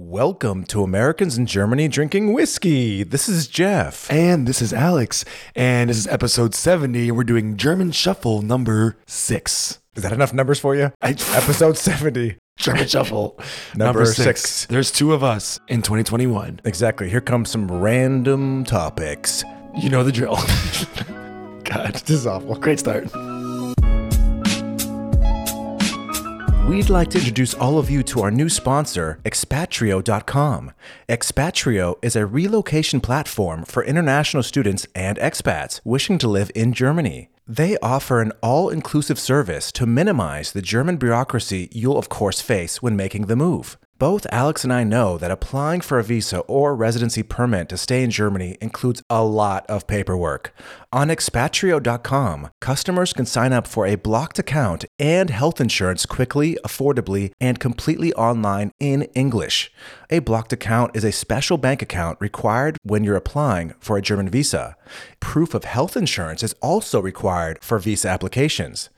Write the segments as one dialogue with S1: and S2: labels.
S1: Welcome to Americans in Germany Drinking Whiskey. This is Jeff.
S2: And this is Alex. And this is episode 70. And we're doing German Shuffle number six.
S1: Is that enough numbers for you?
S2: I-
S1: Episode 70.
S2: German Shuffle
S1: Number six.
S2: There's two of us in 2021.
S1: Exactly. Here comes some random topics.
S2: You know the drill. God,
S1: This is awful.
S2: great start.
S1: We'd like to introduce all of you to our new sponsor, expatrio.com. Expatrio is a relocation platform for international students and expats wishing to live in Germany. They offer an all inclusive service to minimize the German bureaucracy you'll, of course, face when making the move. Both Alex and I know that applying for a visa or residency permit to stay in Germany includes a lot of paperwork. On expatrio.com, customers can sign up for a blocked account and health insurance quickly, affordably, and completely online in English. A blocked account is a special bank account required when you're applying for a German visa. Proof of health insurance is also required for visa applications.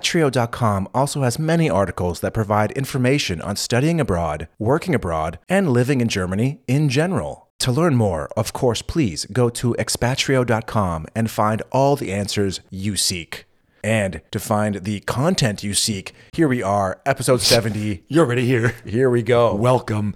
S1: Expatrio.com also has many articles that provide information on studying abroad, working abroad, and living in Germany in general. To learn more, of course, please go to expatrio.com and find all the answers you seek. And to find the content you seek, here we are, episode 70.
S2: You're already here.
S1: Here we go.
S2: Welcome.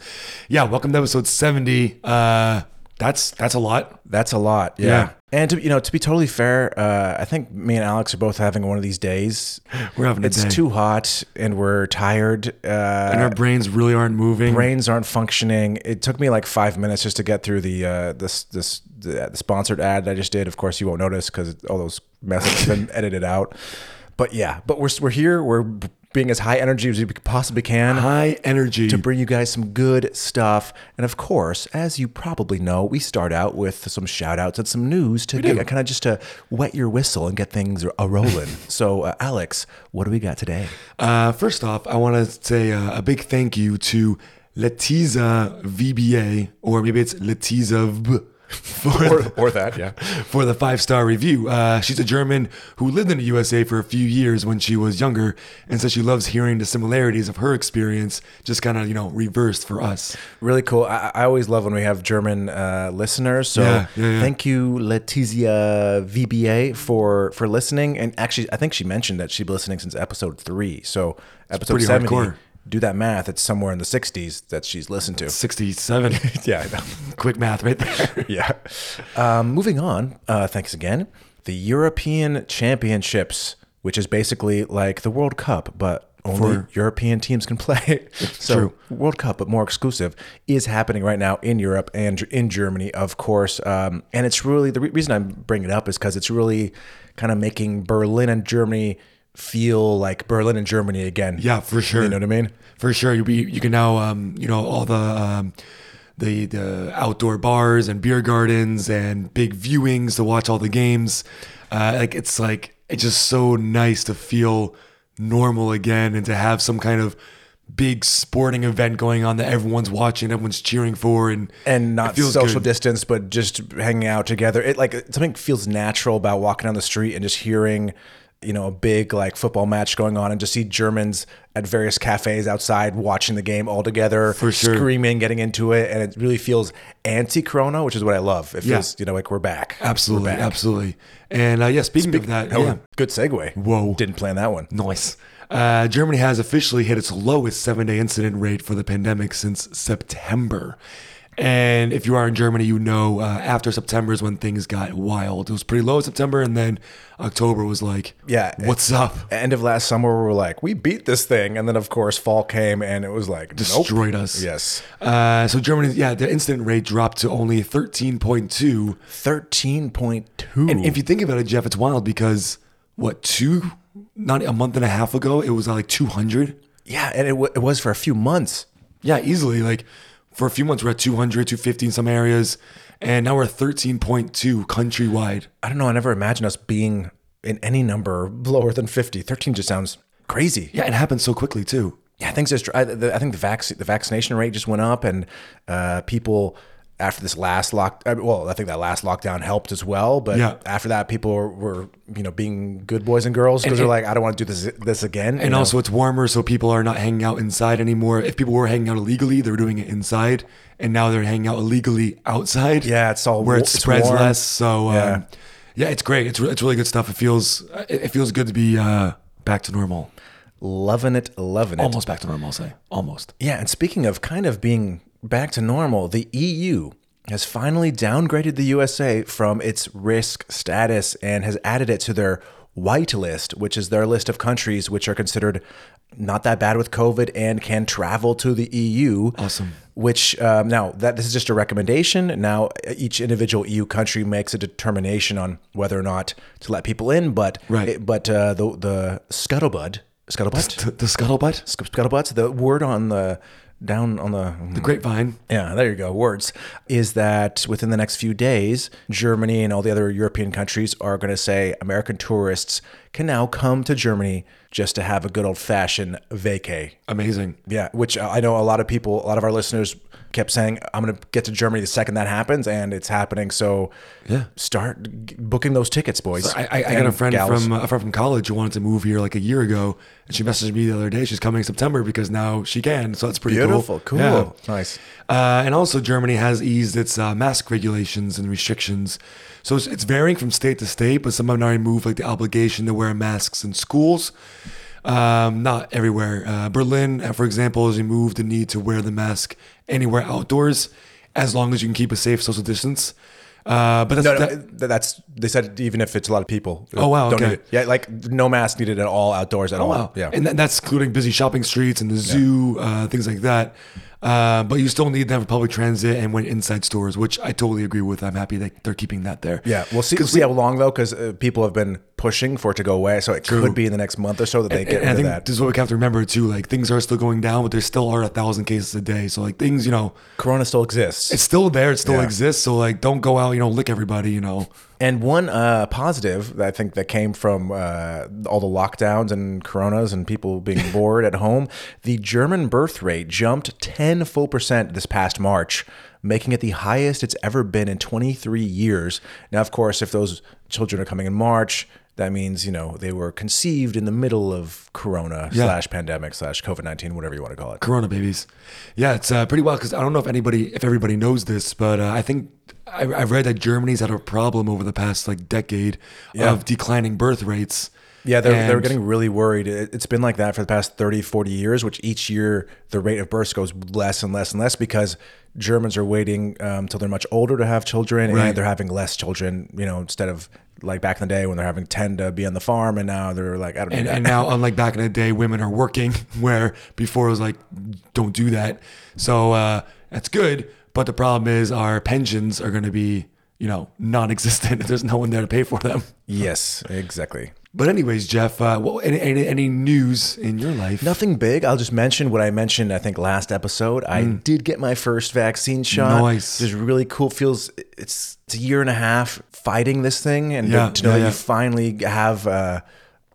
S2: Yeah, welcome to episode 70. Uh, that's that's a lot.
S1: That's a lot. Yeah.
S2: Yeah.
S1: And to, you know, to be totally fair, uh, I think me and Alex are both having one of these days.
S2: We're having a
S1: It's
S2: day.
S1: too hot and we're tired. Uh,
S2: and our brains really aren't moving.
S1: brains aren't functioning. It took me like five minutes just to get through the uh, this this the, the sponsored ad that I just did. Of course, you won't notice because all those messages have been edited out. But yeah, but we're we're here. We're being as high energy as we possibly can.
S2: High energy.
S1: To bring you guys some good stuff. And of course, as you probably know, we start out with some shout outs and some news to get, kind of just to wet your whistle and get things a rolling. so, uh, Alex, what do we got today?
S2: Uh, first off, I want to say uh, a big thank you to Letiza VBA, or maybe it's Letiza VB, for,
S1: or that, yeah.
S2: for the five star review. Uh, she's a German who lived in the USA for a few years when she was younger, and so she loves hearing the similarities of her experience, just kind of, you know, reversed for us.
S1: Really cool. I, I always love when we have German uh, listeners. So
S2: Yeah, yeah, yeah.
S1: thank you, Letizia VBA, for for listening. And actually, I think she mentioned that she'd been listening since episode three. So episode
S2: pretty
S1: seventy.
S2: hardcore.
S1: Do that math. It's somewhere in the '60s that she's listened to.
S2: 67.
S1: Yeah, I know.
S2: Quick math right there.
S1: yeah. Um, moving on. Uh, thanks again. The European Championships, which is basically like the World Cup, but only European teams can play. so
S2: true.
S1: World Cup, but more exclusive, is happening right now in Europe and in Germany, of course. Um, and it's really the re- reason I'm bringing it up is because it's really kind of making Berlin and Germany feel like Berlin and Germany again.
S2: Yeah, for sure.
S1: You know what I mean?
S2: For sure, you be you can now um, you know all the um, the the outdoor bars and beer gardens and big viewings to watch all the games. Uh, like it's like it's just so nice to feel normal again and to have some kind of big sporting event going on that everyone's watching, everyone's cheering for, and
S1: and
S2: it
S1: not
S2: feels
S1: social
S2: good.
S1: distance, but just hanging out together. It like something feels natural about walking down the street and just hearing, you know, a big like football match going on, and just see Germans at various cafes outside watching the game all together,
S2: For sure.
S1: screaming, getting into it, and it really feels anti-corona, which is what I love. It feels you know like we're back.
S2: Absolutely, absolutely. And uh, yeah, speaking of that,
S1: Oh,
S2: yeah.
S1: good segue.
S2: Whoa.
S1: didn't plan that one.
S2: Nice. Uh, Germany has officially hit its lowest seven day incident rate for the pandemic since September. And if you are in Germany, you know uh, after September is when things got wild. It was pretty low in September, and then October was like,
S1: Yeah, it-
S2: what's up?
S1: End of last summer, we were like, we beat this thing, and then of course fall came, and it was like, nope.
S2: Destroyed us.
S1: Yes,
S2: Uh, so Germany, yeah, the incident rate dropped to only 13.2.
S1: thirteen point two.
S2: And if you think about it, Jeff, it's wild because what two, not a month and a half ago, it was uh, like 200.
S1: Yeah, and it, w- it was for a few months.
S2: Yeah, easily. Like for a few months, we're at 200, 250 in some areas. And now we're at 13.2 countrywide.
S1: I don't know. I never imagined us being in any number lower than 50. 13 just sounds crazy.
S2: Yeah, it happened so quickly too.
S1: Yeah, things just, I, the, I think the, vac- the vaccination rate just went up and uh, people after this last lock, I mean, well, I think that last lockdown helped as well. But
S2: Yeah.
S1: after that, people were, were you know being good boys and girls because they're like, I don't want to do this this again. you
S2: And
S1: know?
S2: also, it's warmer, so people are not hanging out inside anymore. If people were hanging out illegally, they were doing it inside, and now they're hanging out illegally outside.
S1: Yeah, it's all
S2: where
S1: wa-
S2: it
S1: it's
S2: spreads
S1: warm.
S2: less. So yeah,
S1: Yeah.
S2: um, yeah, it's great. It's re- it's really good stuff. It feels it, it feels good to be uh, back to normal,
S1: loving it, loving it.
S2: almost back to normal. I'll say almost.
S1: Yeah, and speaking of kind of being back to normal, the EU has finally downgraded the USA from its risk status and has added it to their white list, which is their list of countries which are considered not that bad with COVID and can travel to the EU. Awesome. Which um, now that this is just a recommendation. Now each individual EU country makes a determination on whether or not to let people in. But
S2: Right.
S1: but uh, the the scuttlebutt scuttlebutt
S2: The, the scuttlebutt,
S1: Sc- scuttlebutts the word on the down on the
S2: the grapevine.
S1: yeah there you go words is that within the next few days germany and all the other european countries are going to say american tourists can now come to germany just to have a good old-fashioned vacay
S2: Amazing.
S1: yeah which uh, i know a lot of people a lot of our listeners kept saying i'm going to get to germany the second that happens and it's happening so
S2: Yeah.
S1: start g- booking those tickets boys
S2: I, I, I got a
S1: and
S2: friend
S1: gals.
S2: from a friend from college who wanted to move here like a year ago, and she messaged me the other day. She's coming in September because now she can. So that's pretty
S1: beautiful cool,
S2: Yeah.
S1: nice
S2: Uh, and also, Germany has eased its uh, mask regulations and restrictions. So it's, it's varying from state to state, but some have now removed like the obligation to wear masks in schools. Um, not everywhere. Uh, Berlin, uh, for example, has removed the need to wear the mask anywhere outdoors, as long as you can keep a safe social distance. Uh, but that's,
S1: No, no,
S2: that-
S1: th- that's they said even if it's a lot of people.
S2: Oh, wow,
S1: Don't
S2: okay. Oh,
S1: need it. Yeah, like no mask needed at all outdoors at all.
S2: Wow.
S1: Yeah.
S2: And that, that's including busy shopping streets and the zoo, uh, things like that. Uh, but you still need them for public transit and when inside stores, which I totally agree with. I'm happy that they're keeping that there.
S1: yeah, we'll see. We'll see how long though, because uh, people have been pushing for it to go away. So it could be in the next month or so that they get
S2: And I
S1: rid of
S2: think
S1: that.
S2: this is what we have to remember too. Like things are still going down, but there still are a thousand cases a day. So like things, you know,
S1: Corona still exists.
S2: it's still there. It still
S1: Yeah.
S2: exists. So like, don't go out. You know, lick everybody. You know,
S1: And one uh, positive that I think that came from uh, all the lockdowns and coronas and people being bored at home, the German birth rate jumped 10 full percent this past March, making it the highest it's ever been in 23 years. Now, of course, if those children are coming in March, that means you know they were conceived in the middle of Corona slash pandemic slash COVID 19, whatever you want to call it.
S2: Corona babies. Yeah, it's uh, pretty wild because I don't know if anybody, if everybody knows this, but uh, I think I, I've read that Germany's had a problem over the past like decade of declining birth rates.
S1: Yeah, they're, they're
S2: And-
S1: getting really worried. It- It's been like that for the past 30, 40 years, which each year the rate of births goes less and less and less because Germans are waiting um, till they're much older to have children
S2: Right.
S1: and they're having less children, you know, instead of like back in the day when they're having 10 to be on the farm and now they're like, I don't
S2: And,
S1: know.
S2: and now, unlike back in the day, women are working, where before it was like, don't do that. So uh, that's good. But the problem is, our pensions are going to be, you know, non existent. There's no one there to pay for them.
S1: Yes, exactly.
S2: But, anyways, Jeff, uh, what, any, any, any news in your life?
S1: Nothing big. I'll just mention what I mentioned. I think last episode, I did get my first vaccine shot.
S2: Mm. Nice.
S1: Just really cool. Feels it's, it's a year and a half fighting this thing, and to-
S2: Yeah,
S1: to, know
S2: yeah,
S1: that
S2: yeah.
S1: you finally have uh,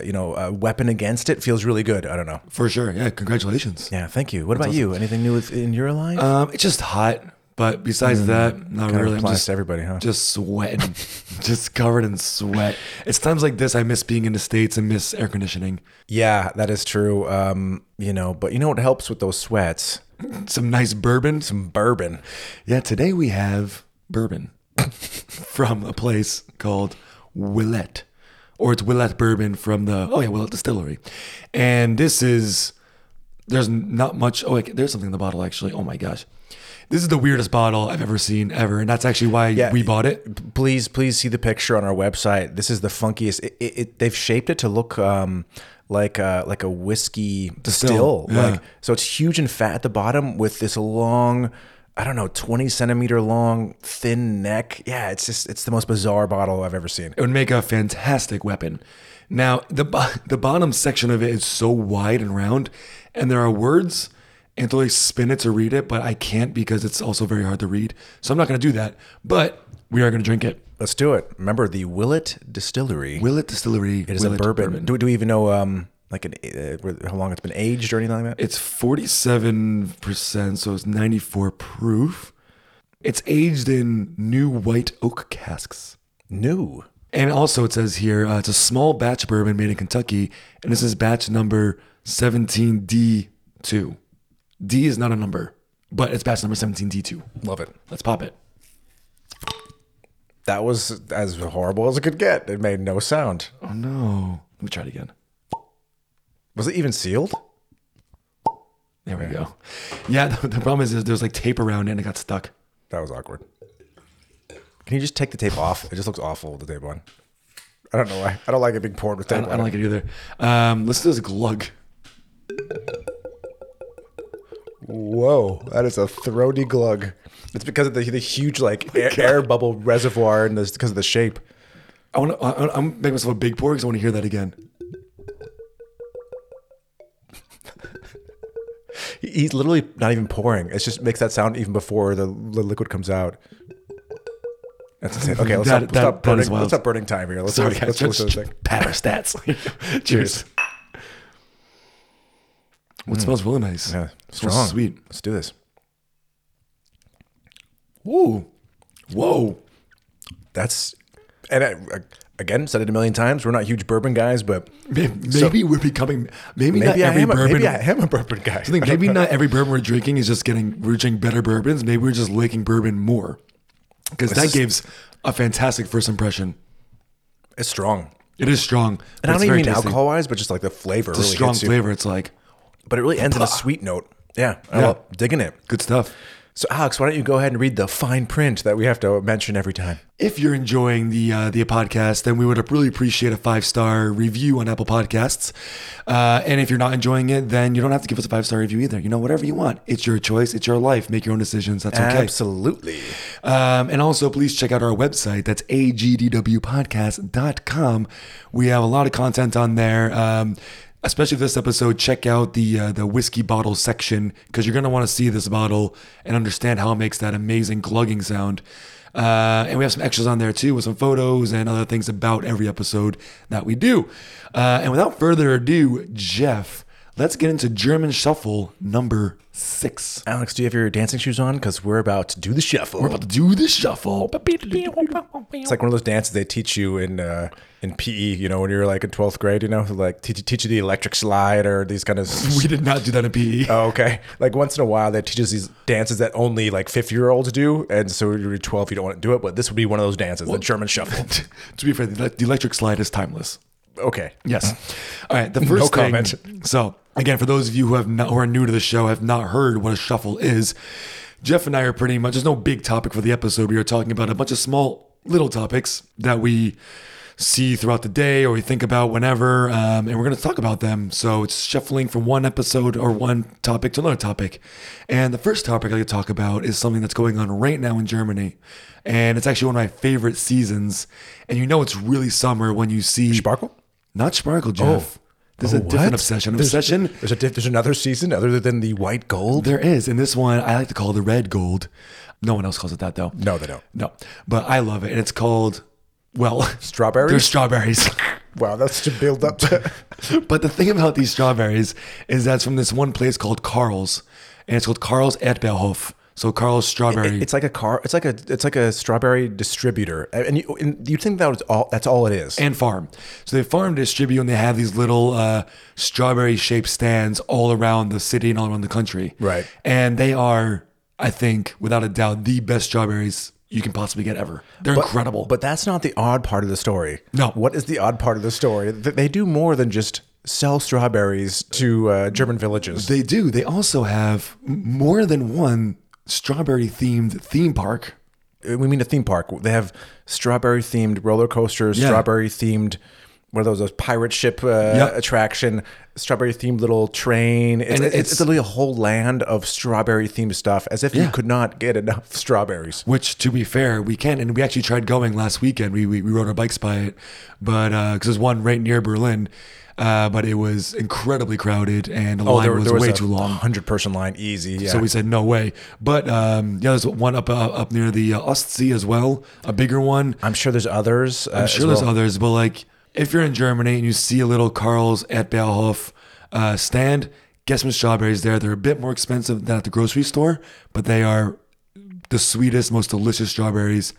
S1: you know a weapon against it feels really good. I don't know.
S2: For sure. Yeah. Congratulations.
S1: Yeah, thank you. What about you? Anything new with, in your life?
S2: Um, it's just hot. But besides that, not
S1: Kind of
S2: really. I'm
S1: Mm, applies
S2: just,
S1: to everybody, huh?
S2: just sweating, just covered in sweat. It's times like this I miss being in the states and miss air conditioning.
S1: yeah, that is true. Um, you know, but you know what helps with those sweats?
S2: Some nice bourbon.
S1: Some bourbon.
S2: Yeah, today we have bourbon from a place called Willette, or it's Willette Bourbon from the oh yeah Willette Distillery, and this is there's not much. Oh, wait, there's something in the bottle actually. Oh my gosh, this is the weirdest bottle I've ever seen ever, and that's actually why we bought it.
S1: please please see the picture on our website this is the funkiest it, it, it they've shaped it to look um like a like a whiskey distill,
S2: Distill, yeah.
S1: like so it's huge and fat at the bottom with this long i don't know 20 centimeter long thin neck yeah it's just it's the most bizarre bottle i've ever seen
S2: It would make a fantastic weapon. Now, the bo- the bottom section of it is so wide and round, and there are words and to like spin it to read it, but I can't because it's also very hard to read. So I'm not going to do that. But we are going to drink it.
S1: let's do it remember the willett distillery
S2: Willet Distillery. It
S1: is a bourbon, Do, do we even know um like an, uh, where- how long it's been aged or anything like that
S2: It's 47%, so it's 94 proof. It's aged in new white oak casks.
S1: New.
S2: And also, it says here uh, it's a small batch bourbon made in Kentucky, and this is batch number 17D2. D is not a number, but it's batch number 17D2.
S1: Love it.
S2: Let's pop it.
S1: That was as horrible as it could get. It made no sound.
S2: Oh no. Let me try it again.
S1: Was it even sealed?
S2: There we go. Yeah, the, the problem is, is there was like tape around it and it got stuck.
S1: That was awkward. Can you just take the tape off? It just looks awful with the tape on. I don't know why. I don't like it being poured with
S2: I
S1: tape
S2: don't, I
S1: on.
S2: don't like it either. Um, listen to this glug.
S1: Whoa, that is a throaty glug. It's because of the, the huge
S2: Oh
S1: like air, air bubble reservoir and this because of the shape.
S2: I want to. I'm making myself a big pour because I want to hear that again.
S1: He- He's literally not even pouring. It just makes that sound even before the, the liquid comes out. That's insane. Okay, let's,
S2: That-
S1: stop,
S2: that-
S1: stop
S2: that is
S1: burning,
S2: wild.
S1: let's stop burning time here. Let's,
S2: Sorry,
S1: let's,
S2: guys.
S1: let's
S2: just,
S1: listen to this
S2: just
S1: thing.
S2: pat our stats. Cheers. What smells really nice?
S1: Yeah,
S2: smells
S1: strong.
S2: sweet.
S1: Let's do this.
S2: Whoa, whoa.
S1: That's and I, I- again said it a million times. We're not huge bourbon guys, but
S2: May- Maybe we're becoming. Maybe, not
S1: maybe I
S2: every
S1: am. A,
S2: bourbon.
S1: maybe I am a bourbon guy.
S2: I think maybe not every bourbon we're drinking is just getting. We're drinking better bourbons. Maybe we're just liking bourbon more because that
S1: is-
S2: gives a fantastic first impression.
S1: It's strong.
S2: It is strong.
S1: And I don't even mean alcohol wise, but just like the flavor
S2: It's a
S1: really
S2: strong
S1: hits you.
S2: flavor. It's like
S1: But it really ends on a sweet note. Yeah, I
S2: Yeah.
S1: love digging it.
S2: good stuff.
S1: So Alex, why don't you go ahead and read the fine print that we have to mention every time?
S2: If you're enjoying the uh, the podcast, then we would really appreciate a five star review on Apple Podcasts. Uh, and if you're not enjoying it, then you don't have to give us a five star review either. You know, whatever you want, it's your choice, it's your life. Make your own decisions. That's okay.
S1: Absolutely.
S2: Um, and also, please check out our website. That's agdwpodcast.com. We have a lot of content on there. Um, especially this episode, check out the uh, the whiskey bottle section because you're going to want to see this bottle and understand how it makes that amazing glugging sound. Uh, and we have some extras on there too with some photos and other things about every episode that we do. Uh, and without further ado, Jeff, let's get into German Shuffle number six.
S1: Alex, do you have your dancing shoes on? Because we're about to do the shuffle.
S2: We're about to do the shuffle.
S1: It's like one of those dances they teach you in uh, in PE. You know, when you're like in twelfth grade. You know, like teach, teach you the electric slide or these kind of.
S2: We did not do that in E. PE.
S1: Oh, okay. Like once in a while, that teaches these dances that only like fifty-year-olds do, and so when you're twelve, you don't want to do it. But this would be one of those dances, the German shuffle.
S2: to be fair, the the electric slide is timeless.
S1: Okay.
S2: Yes. Uh, All right. The first thing-
S1: comment.
S2: So again, for those of you who have not, who are new to the show, have not heard what a shuffle is, Jeff and I are pretty much. There's no big topic for the episode. We are talking about a bunch of small, little topics that we see throughout the day or we think about whenever, um, and we're going to talk about them. So it's shuffling from one episode or one topic to another topic. And the first topic I could talk about is something that's going on right now in Germany, and it's actually one of my favorite seasons. And you know, it's really summer when you see
S1: Sparkle.
S2: not Sparkle, Jeff. There's a different obsession. An
S1: Oh. There's,
S2: obsession.
S1: There's a diff- there's another season other than the white gold.
S2: There is. And this one, I like to call the red gold. No one else calls it that, though.
S1: No, they don't.
S2: No. But I love it. And it's called, well,
S1: Strawberries?
S2: They're strawberries.
S1: Wow, that's to build up.
S2: but the thing about these strawberries is that it's from this one place called Carl's. And it's called Carl's Erdbeerhof. So Carl's Strawberry.
S1: it's like a car. It's like a it's like a strawberry distributor, and you and you think that was all that's all it is.
S2: and farm. So they farm, distribute, and they have these little uh, strawberry shaped stands all around the city and all around the country.
S1: Right.
S2: And they are, I think, without a doubt, the best strawberries you can possibly get ever. They're incredible.
S1: But that's not the odd part of the story.
S2: No.
S1: What is the odd part of the story? Th- They do more than just sell strawberries to uh, German villages.
S2: they do. They also have m- more than one strawberry themed theme park.
S1: uh, we mean a theme park. They have strawberry themed roller coasters,
S2: Yeah.
S1: strawberry themed. What are those? Those pirate ship uh, attraction, strawberry themed little train. It's,
S2: And
S1: it's,
S2: it's-
S1: it's literally a whole land of strawberry themed stuff. As if you could not get enough strawberries.
S2: Which, to be fair, we can, and we actually tried going last weekend. We we, we rode our bikes by it, but because there's one right near Berlin, uh, but it was incredibly crowded and
S1: Oh,
S2: the line was, way too long.
S1: Hundred person line, easy. Yeah.
S2: So we said no way. But um, yeah, there's one up uh, up near the uh, Ostsee as well, a bigger one.
S1: I'm sure there's others. uh,
S2: I'm sure there's others, but like if you're in Germany and you see a little Carl's at Bauhof uh, stand, get some strawberries there. They're a bit more expensive than at the grocery store, but they are the sweetest, most delicious strawberries.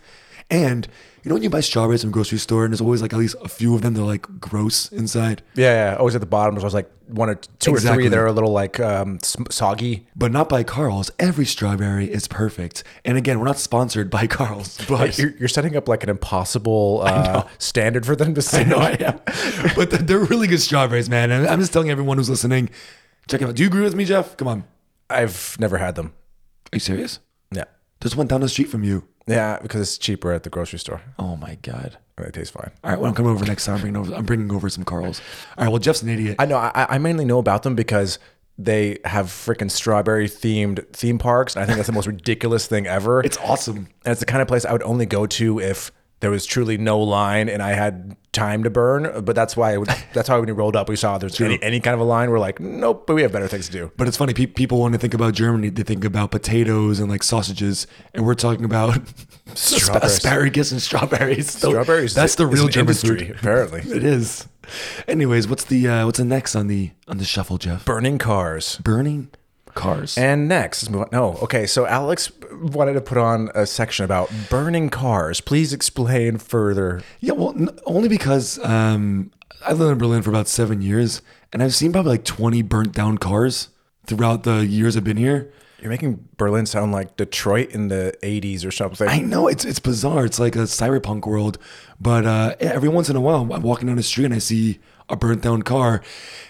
S2: And you know when you buy strawberries from a grocery store, and there's always like at least a few of them that are like gross inside.
S1: Yeah, yeah. Always at the bottom. There's always like one or two or three
S2: Exactly.
S1: that are a little like um, s- soggy.
S2: But not by Carl's. Every strawberry is perfect. And again, we're not sponsored by Carl's, but
S1: You're, you're setting up like an impossible uh, standard for them to see.
S2: No, I am. But they're- they're really good strawberries, man. And I'm just telling everyone who's listening, check them out. Do you agree with me, Jeff? Come on. Are
S1: I've never had them.
S2: you serious?
S1: Yeah.
S2: There's one down the street from you.
S1: Yeah, because it's cheaper at the grocery store.
S2: Oh my god.
S1: And It tastes fine.
S2: All right, well, I'm coming over next time. I'm bringing over, I'm bringing over some Carl's. All right, well, Jeff's an idiot.
S1: I know. I, I mainly know about them because they have freaking strawberry themed theme parks. And I think that's the most ridiculous thing ever.
S2: it's awesome.
S1: and it's the kind of place I would only go to if there was truly no line and I had time to burn. But that's why I would, that's why when you rolled up, we saw there's any, any kind of a line. We're like, nope, but we have better things to do.
S2: But it's funny. Pe- people want to think about Germany. They think about potatoes and like sausages, and we're talking about asp- asparagus and strawberries. So
S1: Strawberries.
S2: Oh, That's the
S1: is
S2: real
S1: an
S2: German
S1: industry,
S2: food.
S1: apparently.
S2: It is. Anyways, what's the uh, what's the next on the on the shuffle, Jeff?
S1: Burning cars.
S2: Burning cars.
S1: And next, let's move on. No, okay. So Alex wanted to put on a section about burning cars. Please explain further.
S2: Yeah, well, n- only because um, I've lived in Berlin for about seven years, and I've seen probably like 20 burnt down cars throughout the years I've been here.
S1: You're making Berlin sound like Detroit in the 80s or something.
S2: I know it's it's bizarre. It's like a cyberpunk world, but uh, every once in a while, I'm walking down the street and I see a burnt down car,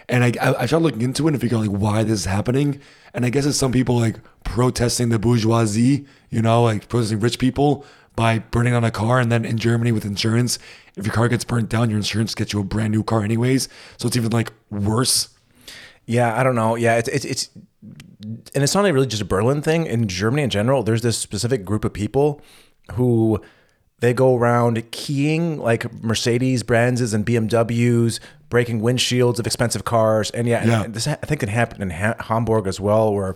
S2: and I I, I started looking into it and figuring like why this is happening. And I guess it's some people like protesting the bourgeoisie, you know, like protesting rich people by burning down a car. And then in Germany with insurance, if your car gets burnt down, your insurance gets you a brand new car anyways. So it's even like worse.
S1: Yeah, I don't know. Yeah, it's it's, it's and it's not really just a Berlin thing. In Germany in general, there's this specific group of people who they go around keying like Mercedes, Benzes, and BMWs, breaking windshields of expensive cars. And yeah, and
S2: Yeah.
S1: this I think it happened in ha- Hamburg as well, where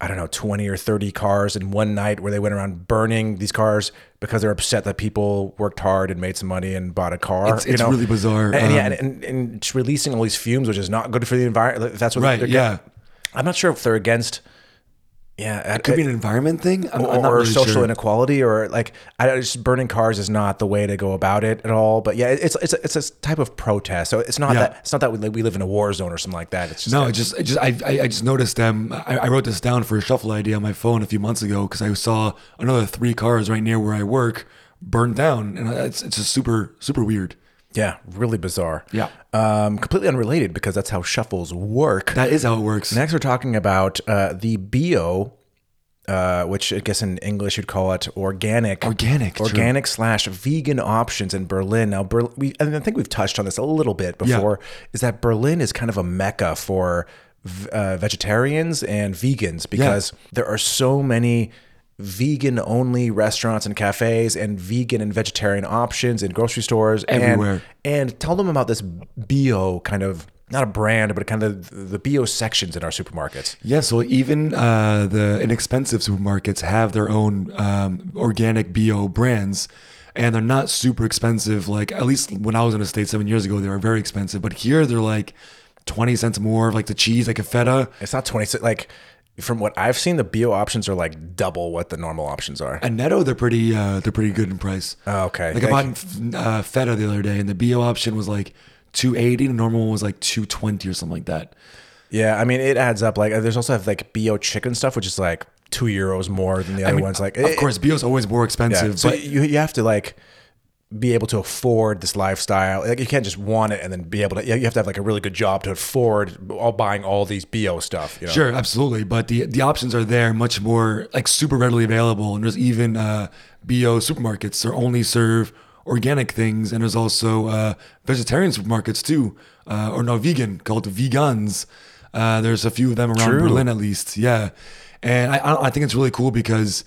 S1: I don't know twenty or thirty cars in one night, where they went around burning these cars because they're upset that people worked hard and made some money and bought a car.
S2: It's- it's really bizarre.
S1: And, and yeah,
S2: Um,
S1: and, and, and it's releasing all these fumes, which is not good for the environment. That's what
S2: Right,
S1: they're
S2: yeah.
S1: I'm not sure if they're against. Yeah,
S2: Could be an environment thing I'm,
S1: or,
S2: I'm not
S1: or
S2: really
S1: social
S2: sure.
S1: inequality, or like I just burning cars is not the way to go about it at all. But yeah, it's it's a, it's a type of protest. So it's not
S2: Yeah.
S1: that it's not that we, li- we live in a war zone or something like that. It's just
S2: No, it just, it just I, I, I just noticed them. I, I wrote this down for a shuffle idea on my phone a few months ago because I saw another three cars right near where I work burned down, and it's, it's just super, super weird.
S1: yeah, really bizarre.
S2: Yeah.
S1: um, completely unrelated because that's how shuffles work.
S2: That is how it works.
S1: Next, we're talking about uh, the bio, uh, which I guess in English you'd call it organic,
S2: Organic, true.
S1: organic slash vegan options in Berlin. Now, Berlin, we, and I think we've touched on this a little bit before, is that Berlin is kind of a mecca for v- uh, vegetarians and vegans because there are so many vegan only restaurants and cafes and vegan and vegetarian options in grocery stores and-
S2: Everywhere.
S1: and tell them about this bio kind of not a brand, but kind of the bio sections in our supermarkets.
S2: Yeah, so even uh, the inexpensive supermarkets have their own um, organic bio brands, and they're not super expensive. Like at least when I was in the states seven years ago, they were very expensive. But here they're like twenty cents more. Like the cheese, like a feta.
S1: It's not 26, like from what I've seen, the bio options are like double what the normal options are.
S2: At Netto, they're pretty uh, they're pretty good in price.
S1: Oh, okay.
S2: Like I bought uh, feta the other day, and the bio option was like two eighty, and the normal one was like two twenty or something like that.
S1: Yeah, I mean, it adds up. Like, there's also have like bio chicken stuff, which is like two euros more than the other ones. Like,
S2: Of
S1: it-
S2: course, bio's always more
S1: yeah.
S2: expensive,
S1: so
S2: but
S1: you, you have to like be able to afford this lifestyle. Like, you can't just want it and then be able to, you have to have like a really good job to afford all buying all these bio stuff. You know?
S2: Sure, absolutely. But the the options are there, much more like super readily available. And there's even uh, bio supermarkets that only serve organic things, and there's also uh, vegetarian supermarkets too, uh, or no vegan called vegans. Uh, there's a few of them around Berlin, at least. Yeah, and I- I I think it's really cool because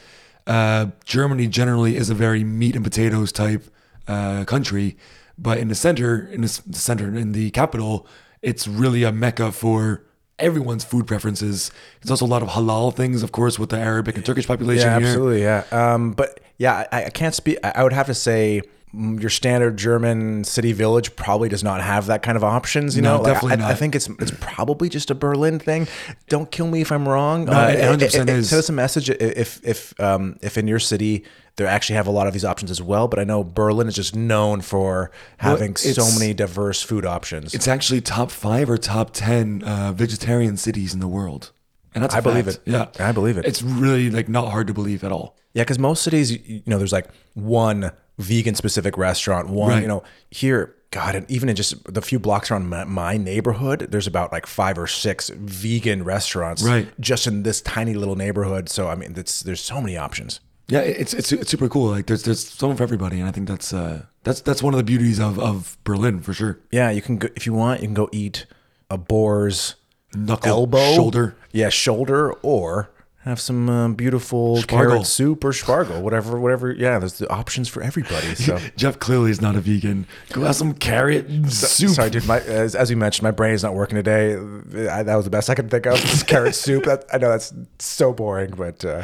S2: uh, Germany generally is a very meat and potatoes type uh, country, but in the center, in the s- center, in the capital, it's really a mecca for everyone's food preferences. There's also a lot of halal things, of course, with the Arabic and Turkish population
S1: Yeah,
S2: here.
S1: absolutely. Yeah. Um, but yeah, I, I can't speak. I I would have to say mm, your standard German city village probably does not have that kind of options. You
S2: No,
S1: know, Like,
S2: definitely
S1: I,
S2: not.
S1: I think it's it's probably just a Berlin thing. Don't kill me if I'm wrong. Uh, No,
S2: it 100% is.
S1: Send us a message i- if if um, if in your city there actually have a lot of these options as well. But I know Berlin is just known for having so
S2: it's-
S1: many diverse food options.
S2: It's actually top five or top ten uh, vegetarian cities in the world, and that's a
S1: I believe
S2: fact.
S1: it.
S2: Yeah,
S1: I believe it.
S2: It's really like not hard to believe at all.
S1: Yeah, because most cities, you you know, there's like one vegan specific restaurant. One,
S2: Right.
S1: you know, here, God, and even in just the few blocks around my, my neighborhood, there's about like five or six vegan restaurants,
S2: Right.
S1: Just in this tiny little neighborhood. So I mean, that's there's so many options.
S2: Yeah, it's it's, it's super cool. Like there's there's someone for everybody, and I think that's uh that's that's one of the beauties of of Berlin for sure.
S1: Yeah, you can go if you want, you can go eat a boar's
S2: Knuckle,
S1: elbow,
S2: shoulder.
S1: yeah, shoulder, or have some uh, beautiful
S2: Spargel.
S1: carrot soup or spargel, whatever, whatever. Yeah, there's the options for everybody. So.
S2: Jeff clearly is not a vegan. Go have some carrot soup.
S1: Sorry, dude. My, as, as we mentioned, my brain is not working today. I, that was the best I could think of. It's carrot soup. That, I know that's so boring, but uh,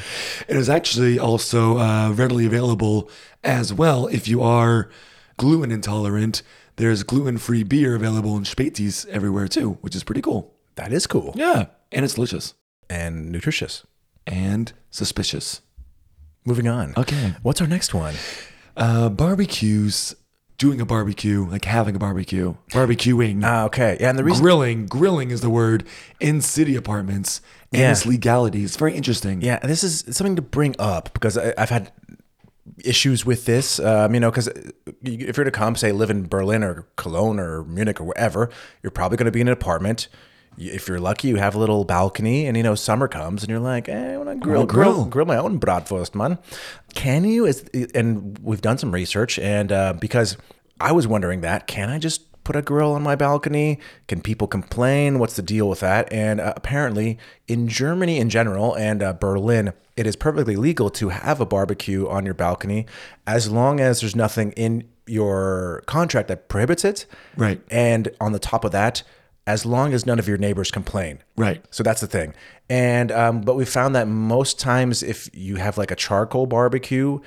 S2: It is actually also uh, readily available as well if you are gluten intolerant. There's gluten-free beer available in Spätis everywhere too, which is pretty cool.
S1: that is cool
S2: Yeah, and it's delicious
S1: and nutritious.
S2: and suspicious.
S1: Moving on.
S2: Okay.
S1: What's our next one?
S2: Uh, barbecues, doing a barbecue, like having a barbecue, barbecuing.
S1: Ah, okay. Yeah, and the reason
S2: grilling grilling is the word in city apartments and
S1: Yeah.
S2: its legality it's very interesting
S1: Yeah, this is something to bring up because I, I've had issues with this. Um, you know, because if you're to come, say, live in Berlin or Cologne or Munich or wherever, you're probably going to be in an apartment. You- If you're lucky, you have a little balcony, and you know summer comes, and you're like, eh, I want to grill, grill,
S2: grill.
S1: grill, my own bratwurst, man. Can you? Is and we've done some research, and uh, because I was wondering that, can I just put a grill on my balcony? Can people complain? What's the deal with that? And uh, apparently, in Germany in general and uh, Berlin, it is perfectly legal to have a barbecue on your balcony as long as there's nothing in your contract that prohibits it.
S2: Right.
S1: And on the top of that, as long as none of your neighbors complain.
S2: right
S1: So that's the thing. And um, but we found that most times if you have like a charcoal barbecue,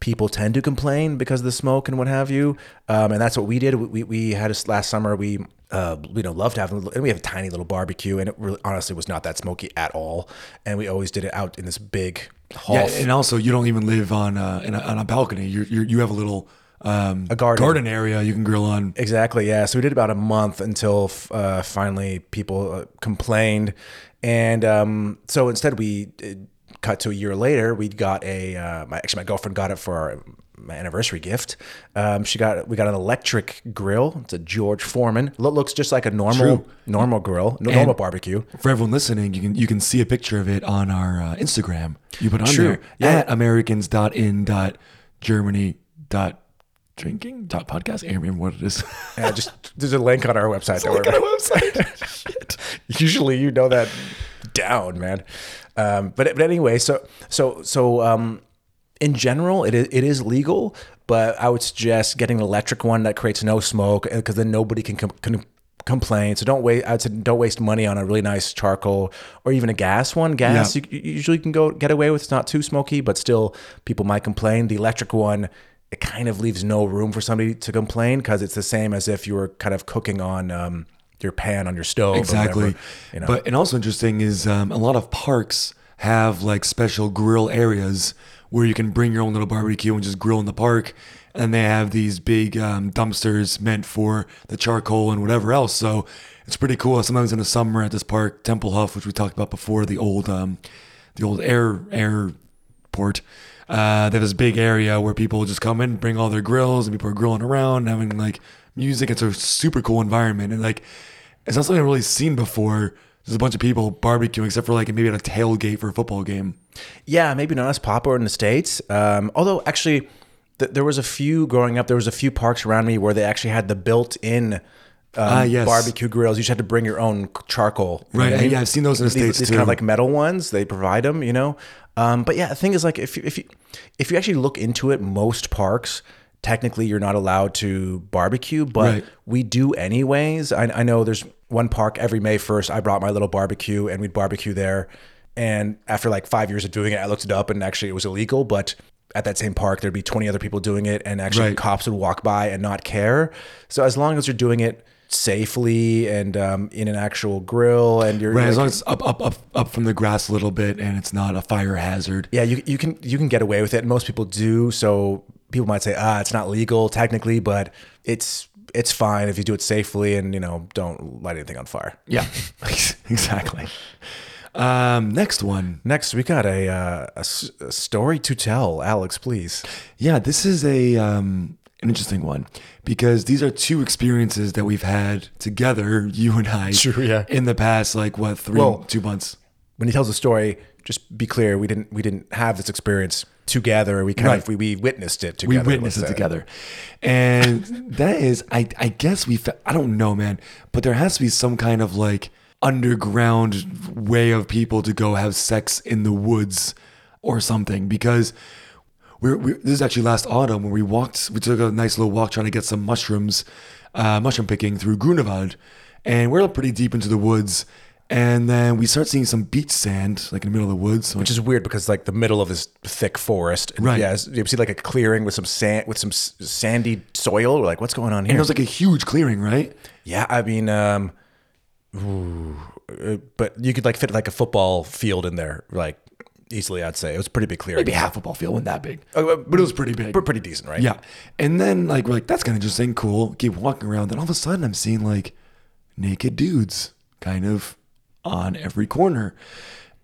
S1: people tend to complain because of the smoke and what have you. Um, and that's what we did. We, we, we had us last summer. We uh, you know loved having and we have a tiny little barbecue and it really, honestly was not that smoky at all. And we always did it out in this big hall.
S2: yeah, and also you don't even live on uh in a, on a balcony you you you have a little um a
S1: garden.
S2: area you can grill on
S1: Exactly. Yeah. So we did about a month until f- uh, finally people uh, complained, and um, so instead we uh, cut to a year later. We got a uh, my actually my girlfriend got it for our, my anniversary gift. Um, she got we got an electric grill. It's a George Foreman. Lo- looks just like a normal
S2: True.
S1: normal grill, no, normal barbecue.
S2: for everyone listening you can you can see a picture of it on our uh, instagram you put it on
S1: True.
S2: there
S1: Yeah.
S2: at americans.in.germany.drinking dot podcast i can't remember what it is
S1: Yeah, just there's a link on our website. Don't worry
S2: Look at
S1: about
S2: our
S1: it.
S2: website
S1: Usually, you know that down, man. Um, but but anyway, so so so um, in general, it is, it is legal, but I would suggest getting an electric one that creates no smoke because then nobody can, com- can complain. So don't wait. I would say don't waste money on a really nice charcoal or even a gas one. Gas you, you usually can go get away with. It's not too smoky, but still people might complain. The electric one. It kind of leaves no room for somebody to complain because it's the same as if you were kind of cooking on um, your pan on your stove. or
S2: exactly
S1: whatever, you know?
S2: but and also interesting is um, a lot of parks have like special grill areas where you can bring your own little barbecue and just grill in the park and they have these big um, dumpsters meant for the charcoal and whatever else so it's pretty cool sometimes in the summer at this park tempelhof which we talked about before the old um, the old air airport uh, they have this big area where people just come in, bring all their grills, and people are grilling around, having like music. It's a super cool environment, and like it's not something I've really seen before. There's a bunch of people barbecuing, except for like maybe at a tailgate for a football game.
S1: Yeah, maybe not as popular in the states. Um, although actually, th- there was a few growing up. There was a few parks around me where they actually had the built-in um,
S2: Ah, yes.
S1: barbecue grills. You just had to bring your own charcoal. You know
S2: Right,
S1: what I mean?
S2: yeah, I've seen those in the
S1: these,
S2: States,
S1: These kind
S2: too.
S1: of like metal ones they provide them. You know, um, but yeah, the thing is like if you, if you if you actually look into it, most parks. Technically, you're not allowed to barbecue, but
S2: Right.
S1: we do anyways. I, I know there's one park every May 1st. I brought my little barbecue and we'd barbecue there. And after like five years of doing it, I looked it up and actually it was illegal, but at that same park, there'd be 20 other people doing it, and actually
S2: Right.
S1: cops would walk by and not care. So as long as you're doing it safely and um, in an actual grill, and you're
S2: Right,
S1: like-
S2: as long as it's up, up, up, up from the grass a little bit, and it's not a fire hazard.
S1: yeah, you you can you can get away with it. Most people do. So people might say, ah, it's not legal technically, but it's it's fine if you do it safely and you know don't light anything on fire.
S2: Yeah, exactly. Um, next one.
S1: Next, we got a, uh, a s- a story to tell, Alex. Please.
S2: Yeah, this is a um, an interesting one because these are two experiences that we've had together, you and I,
S1: Sure, yeah.
S2: in the past, like what three,
S1: Well-
S2: two months.
S1: When he tells a story, just be clear, we didn't we didn't have this experience together. We kind of
S2: Right.
S1: we, we witnessed it
S2: We
S1: together.
S2: witnessed it
S1: let's say.
S2: together, and that is, I, I guess we, fe- I don't know, man, but there has to be some kind of like underground way of people to go have sex in the woods or something because we're, we this is actually last autumn when we walked, we took a nice little walk trying to get some mushrooms, uh, mushroom picking through Grunewald. And we're pretty deep into the woods. And then we start seeing some beach sand, like in the middle of the woods.
S1: Which is weird because like the middle of this thick forest, and
S2: Right.
S1: Yeah, it's- you see like a clearing with some sand with some s- sandy soil. We're like, what's going on here?
S2: and it was like a huge clearing, right?
S1: yeah, I mean, um, ooh, uh, but you could like fit like a football field in there, like easily. I'd say it was pretty big clearing,
S2: Maybe half a football field wasn't that big,
S1: Oh, uh,
S2: but it was pretty big.
S1: but pretty decent, right?
S2: Yeah. And then like we're like, that's kind of interesting, cool. Keep walking around. Then all of a sudden I'm seeing like naked dudes kind of on every corner.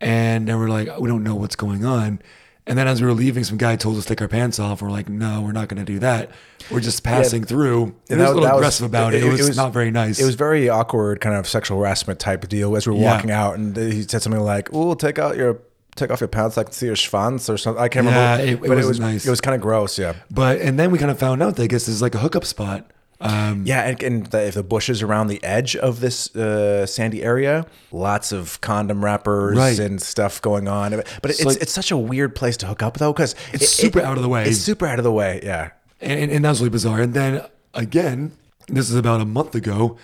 S2: And then we're like, we don't know what's going on. And then as we were leaving, some guy told us to take our pants off. We're like, no, we're not going to do that. We're just passing through. And it was a little aggressive about it. It, was, not very nice.
S1: It was very awkward, kind of sexual harassment type of deal. As we were
S2: Yeah.
S1: walking out, and he said something like, "Ooh, take out your take off your pants, so I can see your schwanz or something." I can't
S2: Yeah,
S1: remember.
S2: it- it
S1: but
S2: wasn't
S1: was
S2: nice.
S1: It was kind of gross. Yeah,
S2: but, and then we kind of found out that I guess this is like a hookup spot. Um,
S1: yeah, and, and the, the bushes around the edge of this uh, sandy area, lots of condom wrappers
S2: Right.
S1: and stuff going on. But it's it's,
S2: like-
S1: such a weird place to hook up though, because it's
S2: super out of the way.
S1: It's super out of the way. Yeah.
S2: and, and that was really bizarre. And then again, this is about a month ago.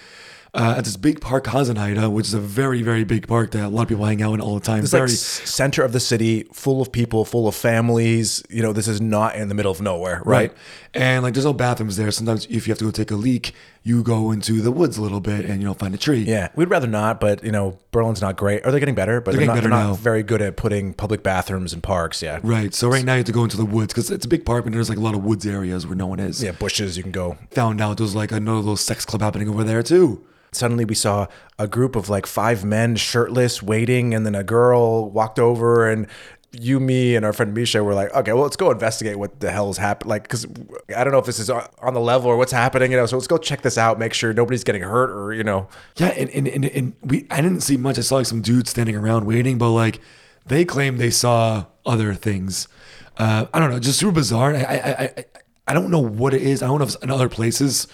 S2: Uh, at this big park, Hasenheide, which is a very, very big park that a lot of people hang out in all the time.
S1: It's
S2: very,
S1: like s- center of the city, full of people, full of families. You know, this is not in the middle of nowhere, right?
S2: right. And like, there's no bathrooms there. Sometimes if you have to go take a leak, you go into the woods a little bit and you know find a tree.
S1: Yeah, we'd rather not, but you know, Berlin's not great. Are they getting better? But they're, not, they're
S2: getting better
S1: not
S2: now.
S1: very good at putting public bathrooms in parks. Yeah,
S2: Right. So right now you have to go into the woods because it's a big park, and there's like a lot of woods areas where no one is.
S1: yeah, bushes. You can go.
S2: Found out there's like another little sex club happening over there too.
S1: Suddenly, we saw a group of like five men, shirtless, waiting, and then a girl walked over, and you, me, and our friend Misha were like, "Okay, well, let's go investigate what the hell's happened." Like, because I don't know if this is on on the level or what's happening, you know. So let's go check this out, make sure nobody's getting hurt, or you know,
S2: Yeah, and, and, and, and we I didn't see much. I saw like some dudes standing around waiting, but like they claimed they saw other things. Uh, I don't know, just super bizarre. I, I I- I I don't know what it is. I don't know if it's in other places.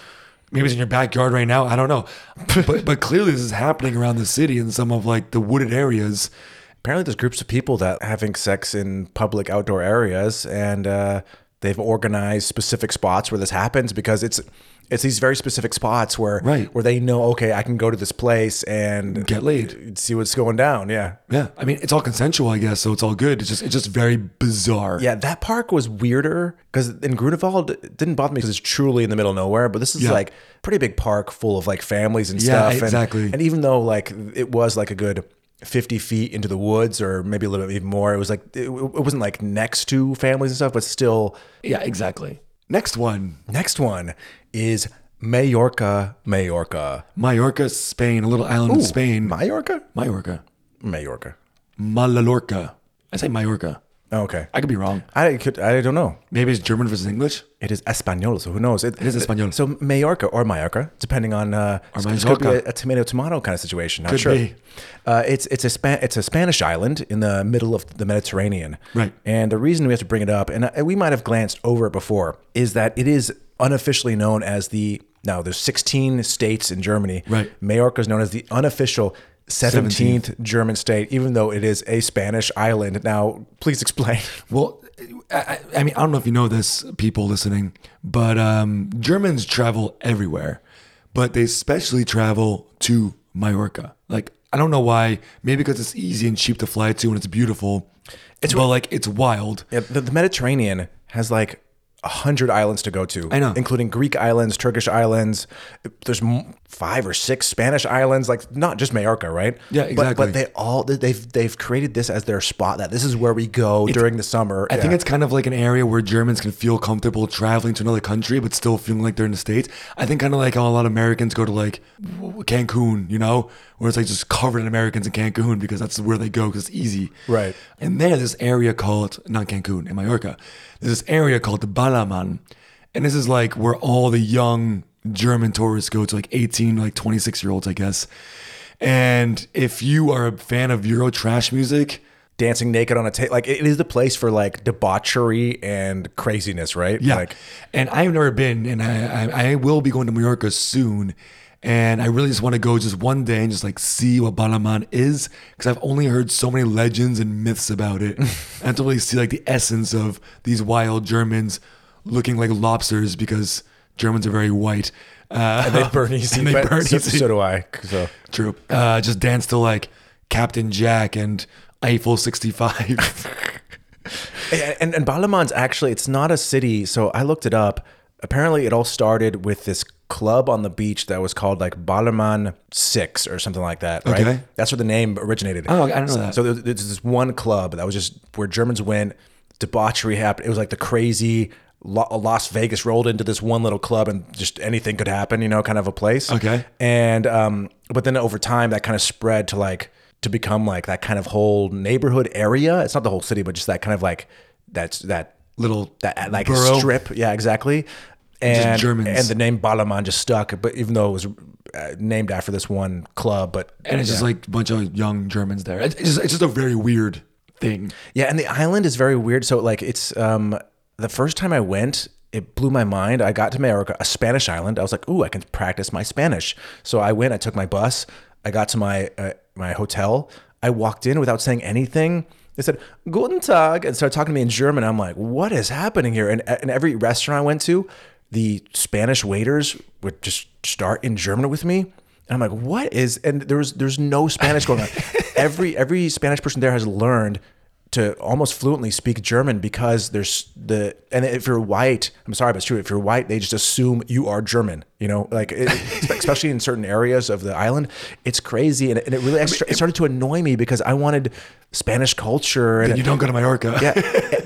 S2: Maybe it's in your backyard right now. I don't know, but but clearly this is happening around the city in some of like the wooded areas.
S1: apparently there's groups of people that having sex in public outdoor areas and uh, they've organized specific spots where this happens because it's it's these very specific spots where
S2: Right.
S1: where they know okay I can go to this place and
S2: Get laid.
S1: see what's going down yeah
S2: Yeah, I mean it's all consensual, I guess, so it's all good. It's just it's just very bizarre.
S1: yeah that park was weirder because in Grunewald it didn't bother me because it's truly in the middle of nowhere but this is
S2: Yeah.
S1: like pretty big park full of like families and
S2: Yeah,
S1: stuff and-
S2: exactly.
S1: and even though like it was like a good 50 feet into the woods or maybe a little bit even more it was like it, it wasn't like next to families and stuff but still
S2: yeah, exactly. Next one,
S1: Next one is Majorca, Majorca.
S2: Mallorca, Spain, a little island in Spain.
S1: Majorca?
S2: Mallorca,
S1: Majorca.
S2: Malalorca. I say Mallorca.
S1: Oh, okay.
S2: I could be wrong.
S1: I could I don't know.
S2: Maybe it's German versus English.
S1: It is Espanol, so who knows? It
S2: is Espanol.
S1: So Majorca or Majorca, depending on uh, or could be
S2: Mallorca.
S1: a, a tomato tomato kind of situation. Not
S2: Could
S1: sure.
S2: be.
S1: Uh, it's it's a Spa- it's a Spanish island in the middle of the Mediterranean.
S2: Right.
S1: And the reason we have to bring it up, and I, we might have glanced over it before, is that it is unofficially known as the now there's 16 states in Germany.
S2: Right.
S1: Majorca is known as the unofficial 17th, German state, even though it is a Spanish island. Now, please explain.
S2: Well, I, I I mean, I don't know if you know this, people listening, but um, Germans travel everywhere, but they especially travel to Mallorca. Like, I don't know why. Maybe because it's easy and cheap to fly to and it's beautiful. It's well, like it's wild.
S1: Yeah, the, the Mediterranean has like a hundred islands to go to.
S2: I know.
S1: including Greek islands, Turkish islands. There's m- five or six Spanish islands, like not just Majorca, right?
S2: Yeah,
S1: But-
S2: exactly.
S1: But, they all they've they've created this as their spot. That this is where we go during the summer.
S2: I think it's kind of like an area where Germans can feel comfortable traveling to another country, but still feeling like they're in the States. I think kind of like how a lot of Americans go to like w- Cancun, you know, where it's like just covered in Americans in Cancun because that's where they go because it's easy.
S1: Right.
S2: And there's this area called, not Cancun, in Mallorca, there's this area called the Balaman. And this is like where all the young German tourists go to like 18, like 26 year olds, I guess. And if you are a fan of Euro trash music,
S1: dancing naked on a table. Like it is the place for like debauchery and craziness, right?
S2: Yeah.
S1: Like
S2: and I've never been, and I, I, I will be going to Mallorca soon. And I really just want to go just one day and just like see what Balaman is because I've only heard so many legends and myths about it. and to really see like the essence of these wild Germans looking like lobsters because Germans are very white. Uh, and
S1: they burn easy.
S2: they
S1: but
S2: burn
S1: so,
S2: easy.
S1: so do I. So
S2: True. Uh, just dance to like Captain Jack and Eiffel 65.
S1: and and, and Balaman's actually it's not a city. So I looked it up. Apparently, it all started with this club on the beach that was called like Balaman Six or something like that. Right?
S2: Okay.
S1: That's where the name originated.
S2: Oh, I didn't know
S1: so,
S2: that.
S1: So there- there's this one club that was just where Germans went, debauchery happened. It was like the crazy. Lo- Las Vegas rolled into this one little club and just anything could happen, you know, kind of a place.
S2: Okay.
S1: and um, but then over time that kind of spread to like to become like that kind of whole neighborhood area. It's not the whole city, but just that kind of like that's that
S2: Little
S1: that uh, like
S2: borough.
S1: strip. Yeah, exactly. And
S2: Germans.
S1: and the name Balaman just stuck, but even though it was uh, named after this one club, but
S2: and it's just like a bunch of young Germans there. It's it's just, it's just a very weird thing.
S1: Yeah, and the island is very weird. So like it's um the first time I went, it blew my mind. I got to America, a Spanish island. I was like, "Ooh, I can practice my Spanish." So I went, I took my bus, I got to my uh, my hotel. I walked in without saying anything. They said, "Guten Tag," and started talking to me in German. I'm like, "What is happening here?" And and every restaurant I went to, the Spanish waiters would just start in German with me. And I'm like, what is? And there was there's no Spanish going on. every every Spanish person there has learned to almost fluently speak German because there's the and if you're white, I'm sorry, but it's true. If you're white, they just assume you are German. You know, like it, especially in certain areas of the island, it's crazy, and, it- and it really extra, it started to annoy me because I wanted Spanish culture. And
S2: You don't go to Mallorca.
S1: yeah.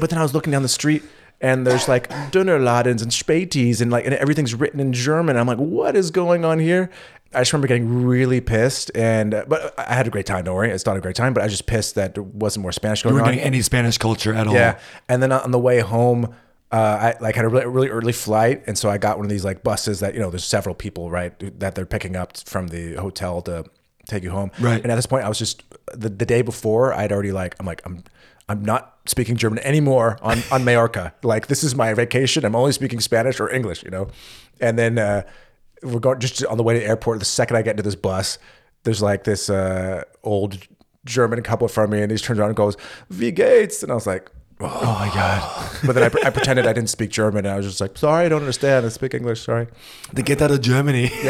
S1: But then I was looking down the street and there's like Dönerladens and Spätis and like and everything's written in German. I'm like, what is going on here? I just remember getting really pissed, and uh, but I I had a great time. Don't worry, it's not a great time, but I was just pissed that there wasn't more Spanish going
S2: We weren't
S1: on.
S2: getting any Spanish culture at all.
S1: Yeah, and then on the way home, uh, I like had a really, really early flight, and so I got one of these like buses that you know there's several people right that they're picking up from the hotel to take you home.
S2: Right.
S1: And at this point, I was just the, the day before I'd already like I'm like I'm I'm not speaking German anymore on on Majorca. Like this is my vacation. I'm only speaking Spanish or English, you know. And then uh, we're going just on the way to the airport. The second I get into this bus, there's like this uh, old German couple from me, and he just turns around and goes, "Wie geht's?" And I was like. Oh my god! But then I, pre- I pretended I didn't speak German, and I was just like, "Sorry, I don't understand. I speak English. Sorry."
S2: They get out of Germany.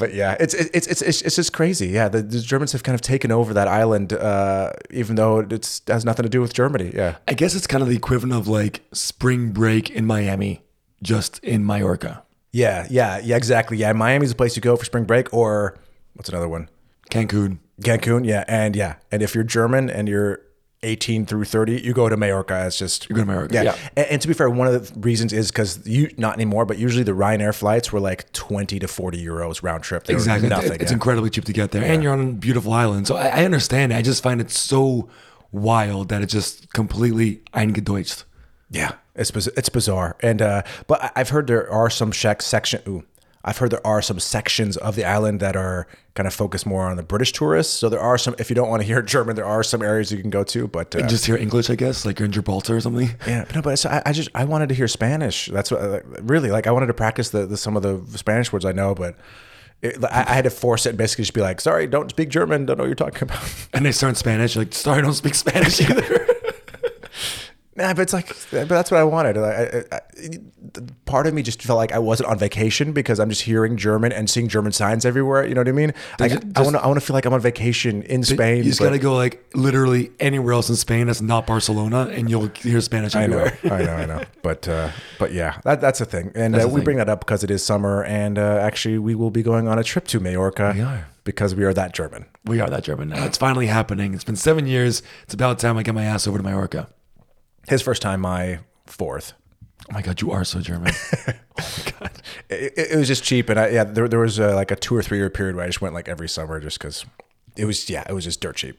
S1: But yeah, it's it's it's it's, it's just crazy. Yeah, the, the Germans have kind of taken over that island, uh, even though it's has nothing to do with Germany. Yeah,
S2: I guess it's kind of the equivalent of like spring break in Miami, just in Mallorca.
S1: yeah, yeah, yeah. Exactly. Yeah, Miami's the place you go for spring break, or what's another one?
S2: Cancun.
S1: Cancun. Yeah, and yeah, and if you're German and you're 18 through 30, you go to Majorca. It's just you
S2: go to Majorca,
S1: Yeah,
S2: yeah.
S1: And, and to be fair, one of the reasons is because you not anymore, but usually the Ryanair flights were like 20 to 40 euros round trip. They were
S2: Exactly.
S1: nothing.
S2: It- it's
S1: yeah.
S2: incredibly cheap to get there. And you're on a beautiful island. So I, I understand. it. I just find it so wild that it just completely eingedeutscht.
S1: Yeah, it's biz- it's bizarre, and uh, but I- I've heard there are some shec- section. Ooh, I've heard there are some sections of the island that are kind of focused more on the British tourists. So there are some. If you don't want to hear German, there are some areas you can go to. But uh,
S2: Just hear English, I guess, like you're in Gibraltar or something.
S1: yeah, but no, but so I, I just I wanted to hear Spanish. That's what like, really like. I wanted to practice the, the some of the Spanish words I know, but. It, I, I had to force it and basically just be like, sorry, don't speak German. Don't know what you're talking about.
S2: And they start in Spanish. You're like, sorry, I don't speak Spanish either.
S1: Nah, but it's like, but that's what I wanted. Like, I, I, th- part of me just felt like I wasn't on vacation because I'm just hearing German and seeing German signs everywhere. You know what I mean? Like,
S2: ju-
S1: I
S2: just-
S1: want to I want to feel like I'm on vacation in Spain.
S2: You just
S1: but-
S2: got to go like literally anywhere else in Spain that's not Barcelona, and you'll hear Spanish
S1: I know,
S2: everywhere.
S1: I know, I know. But uh, but yeah, that, that's a thing, and uh,
S2: the
S1: we
S2: thing.
S1: bring that up because it is summer, and uh, actually we will be going on a trip to Majorca
S2: We are.
S1: because we are that German.
S2: We are that German now. It's finally happening. It's been seven years. It's about time I get my ass over to Mallorca.
S1: His first time, my fourth.
S2: Oh my god, you are so German. oh my god.
S1: It, it- it was just cheap, and I, yeah, there, there was uh, like a two or three year period where I just went like every summer just because it was yeah, it was just dirt cheap.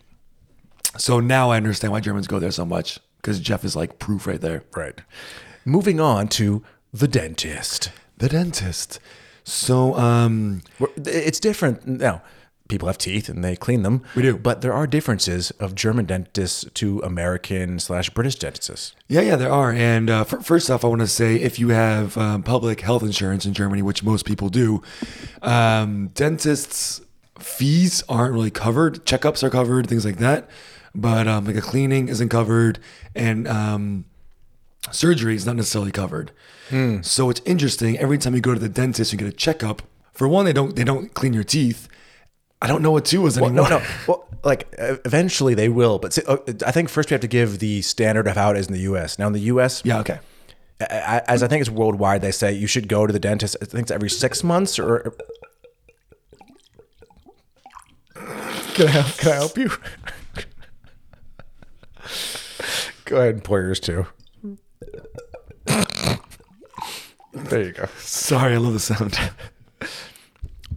S2: So now I understand why Germans go there so much because Jeff is like proof right there.
S1: Right. Moving on to the dentist.
S2: The dentist. So um,
S1: We're- It's different now. People have teeth and they clean them.
S2: We do.
S1: but there are differences of German dentists to American slash British dentists.
S2: Yeah, yeah, there are. And uh, f- first off, I want to say if you have um, public health insurance in Germany, which most people do, um, dentists' fees aren't really covered. Checkups are covered, things like that. But um, like a cleaning isn't covered, and um, surgery is not necessarily covered. So it's interesting. Every time you go to the dentist, you get a checkup. For one, they don't they don't clean your teeth. I don't know what two is anymore.
S1: No, no. Well, like e- eventually they will, but si- uh, I think first we have to give the standard of how it is in the U.S. Now in the U.S.,
S2: Yeah, okay.
S1: a- a- as I think it's worldwide, they say you should go to the dentist. I think it's every six months. Or can I help, can I help you? go ahead and pour yours too. there you go.
S2: Sorry, I love the sound.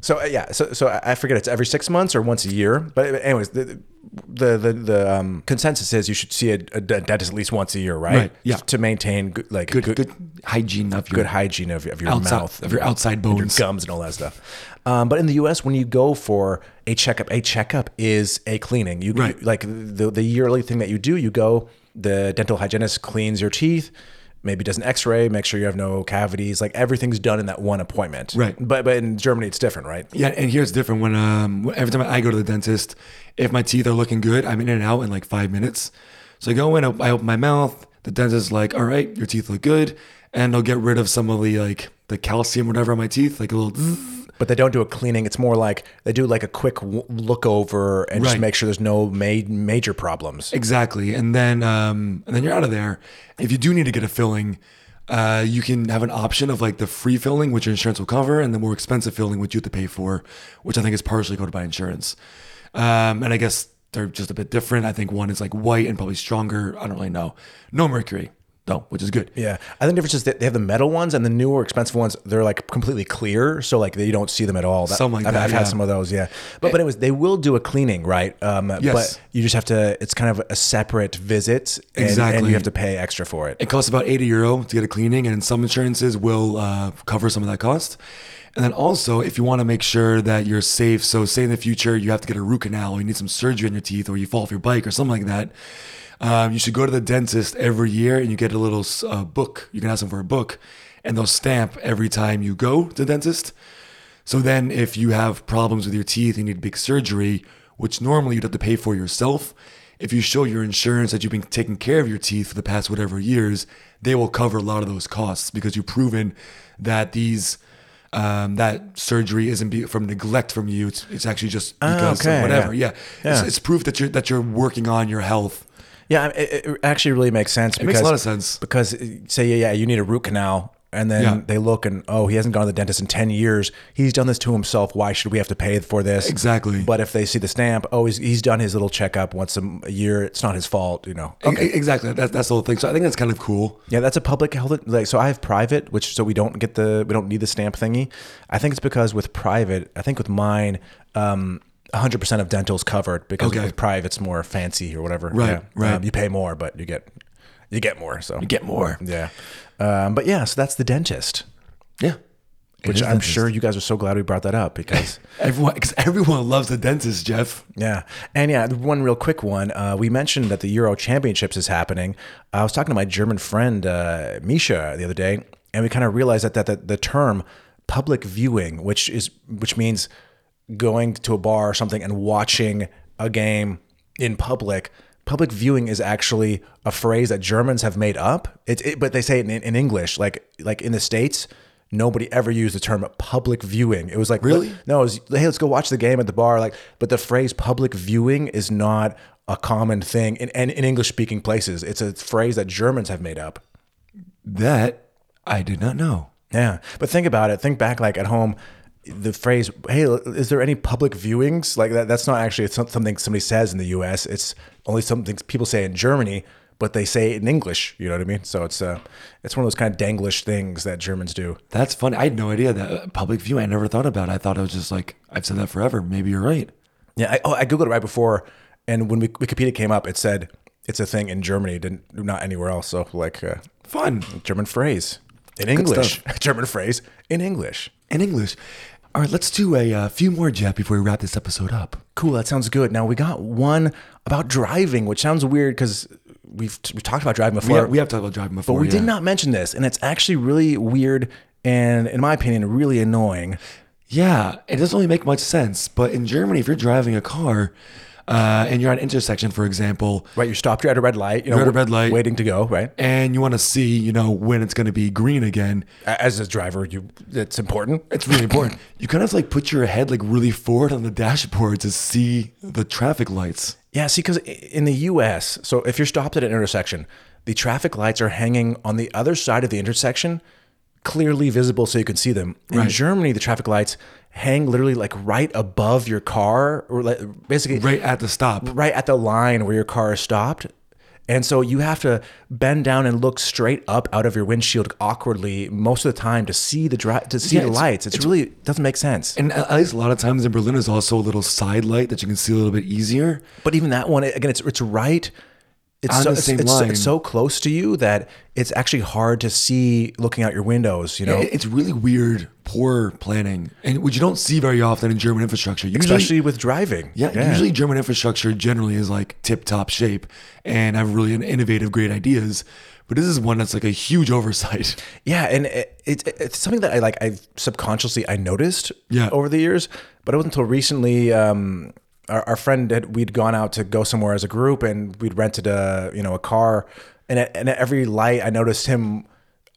S1: So uh, yeah, so so I I forget it's every six months or once a year. But anyways, the the the, the um, consensus is you should see a, a de- dentist at least once a year, right?
S2: Right, yeah.
S1: To maintain good, like good
S2: Good,
S1: good,
S2: good hygiene of your
S1: hygiene of, of your
S2: outside
S1: mouth,
S2: of your outside bones.
S1: your gums, and all that stuff. Um, but in the U.S., when you go for a checkup, a checkup is a cleaning. You,
S2: Right.
S1: you- like the the yearly thing that you do. You go. The dental hygienist cleans your teeth. Maybe does an X-ray, make sure you have no cavities. Like everything's done in that one appointment.
S2: Right.
S1: But but in Germany it's different, right?
S2: Yeah, and here's different. When um, every time I go to the dentist, if my teeth are looking good, I'm in and out in like five minutes. So I go in, I open my mouth. The dentist's like, "All right, your teeth look good," and they'll get rid of some of the like the calcium, whatever, on my teeth, like a little. zzz.
S1: But they don't do a cleaning. It's more like they do like a quick w- look over and just
S2: Right.
S1: make sure there's no ma- major problems.
S2: Exactly, and then um, and then you're out of there. If you do need to get a filling, uh, you can have an option of like the free filling, which your insurance will cover, and the more expensive filling, which you have to pay for, which I think is partially covered by insurance. Um, and I guess they're just a bit different. I think one is like white and probably stronger. I don't really know. No mercury though, which is good.
S1: Yeah, I think the difference is that they have the metal ones and the newer expensive ones. They're like completely clear, so like you don't see them at all. That,
S2: Something like
S1: I've,
S2: that,
S1: I've
S2: yeah.
S1: had some of those. Yeah, but but anyways, they will do a cleaning, right? Um, But
S2: Yes.
S1: you just have to. It's kind of a separate visit, and, and
S2: Exactly.
S1: you have to pay extra for it.
S2: It costs about 80 euro to get a cleaning, and some insurances will uh, cover some of that cost. And then also, if you want to make sure that you're safe, so say in the future you have to get a root canal, or you need some surgery on your teeth, or you fall off your bike, or something like that, um, you should go to the dentist every year and you get a little uh, book. You can ask them for a book, and they'll stamp every time you go to the dentist. So then, if you have problems with your teeth, you need big surgery, which normally you'd have to pay for yourself. If you show your insurance that you've been taking care of your teeth for the past whatever years, they will cover a lot of those costs because you've proven that these um, that surgery isn't be- from neglect from you. It's, it's actually just because
S1: Ah, okay,
S2: of whatever.
S1: yeah.
S2: Yeah, It's,
S1: Yeah.
S2: it's proof that you're that you're working on your health.
S1: Yeah, it, it actually really makes sense. It
S2: makes a lot of sense.
S1: because uh, say yeah, yeah, you need a root canal, and then
S2: Yeah.
S1: they look and oh, he hasn't gone to the dentist in ten years. He's done this to himself. Why should we have to pay for this?
S2: Exactly.
S1: But if they see the stamp, oh, he's, he's done his little checkup once a, m- a year. It's not his fault, you know.
S2: E- Exactly. That's that's the whole thing. So I think that's kind of cool.
S1: Yeah, that's a public health. Like, so I have private, which so we don't get the we don't need the stamp thingy. I think it's because with private, I think with mine, um, 100% of dental's covered because
S2: Okay.
S1: with private it's more fancy or whatever.
S2: Right, right.
S1: Um, you pay more, but you get you get more. So
S2: Get more.
S1: yeah, um, but yeah, so that's the dentist,
S2: Yeah.
S1: which
S2: is
S1: I'm
S2: dentist.
S1: sure you guys are so glad we brought that up because.
S2: Everyone, because everyone loves the dentist, Jeff.
S1: Yeah. And yeah, one real quick one. Uh, we mentioned that the Euro Championships is happening. I was talking to my German friend, uh, Misha, the other day, and we kind of realized that, that, that the term public viewing, which is which means going to a bar or something and watching a game in public, public viewing is actually a phrase that Germans have made up. It, it but they say it in, in English, like like in the states. Nobody ever used the term public viewing. It was like
S2: Really?
S1: No, it was hey, let's go watch the game at the bar. Like, but the phrase public viewing is not a common thing in, in, in English speaking places. It's a phrase that Germans have made up.
S2: That I did not know.
S1: Yeah, but think about it. Think back, like at home, the phrase "Hey, is there any public viewings?" Like that, that's not actually it's not something somebody says in the U.S. It's only something people say in Germany, but they say it in English. You know what I mean? So it's uh, it's one of those kind of danglish things that Germans do.
S2: That's funny. I had no idea that uh, public view. I never thought about. it. I thought it was just like I've said that forever. Maybe you're right.
S1: Yeah. I, oh, I googled it right before, and when Wik- Wikipedia came up, it said it's a thing in Germany, didn't not anywhere else. So like uh,
S2: Fun
S1: German phrase in English, German phrase in English.
S2: in English. All right, let's do a uh, few more, Jeff, before we wrap this episode up.
S1: Cool, that sounds good. Now we got one about driving, which sounds weird because we've we talked about driving
S2: We
S1: before,
S2: have, we have talked about driving before.
S1: but we
S2: yeah.
S1: did not mention this, and it's actually really weird and, in my opinion, really annoying.
S2: Yeah, it doesn't really make much sense. But in Germany, if you're driving a car uh, and you're at an intersection, for example,
S1: Right, you're stopped. You're at a red light. You know,
S2: You're at a red light.
S1: waiting to go. Right,
S2: and you want to see, you know, when it's going to be green again,
S1: A- as a driver, you it's important.
S2: it's really important. You kind of like put your head like really forward on the dashboard to see the traffic lights.
S1: Yeah, see, because in the U.S., so if you're stopped at an intersection, the traffic lights are hanging on the other side of the intersection, clearly visible, so you can see them. In Germany, the traffic lights hang literally like right above your car, or like basically
S2: Right at the stop.
S1: right at the line where your car is stopped. And so you have to bend down and look straight up out of your windshield awkwardly most of the time to see the dri- to see
S2: Yeah,
S1: the
S2: it's-
S1: lights. It's, really doesn't make sense.
S2: And at least a lot of times in Berlin, there's also a little side light that you can see a little bit easier.
S1: But even that one, again, it's it's right. It's
S2: On
S1: so,
S2: the
S1: it's,
S2: same
S1: it's so-
S2: line.
S1: it's so close to you that it's actually hard to see looking out your windows. You know,
S2: It- It's really weird, poor planning, and which you don't see very often in German infrastructure. Usually,
S1: especially with driving.
S2: Yeah, usually German infrastructure generally is like tip top shape and have really innovative, great ideas. But this is one that's like a huge oversight.
S1: yeah, and it, it, it's something that I like. I subconsciously I noticed
S2: Yeah.
S1: over the years, but it wasn't until recently. Um, our, our friend had we'd gone out to go somewhere as a group, and we'd rented a you know a car, and at, and at every light I noticed him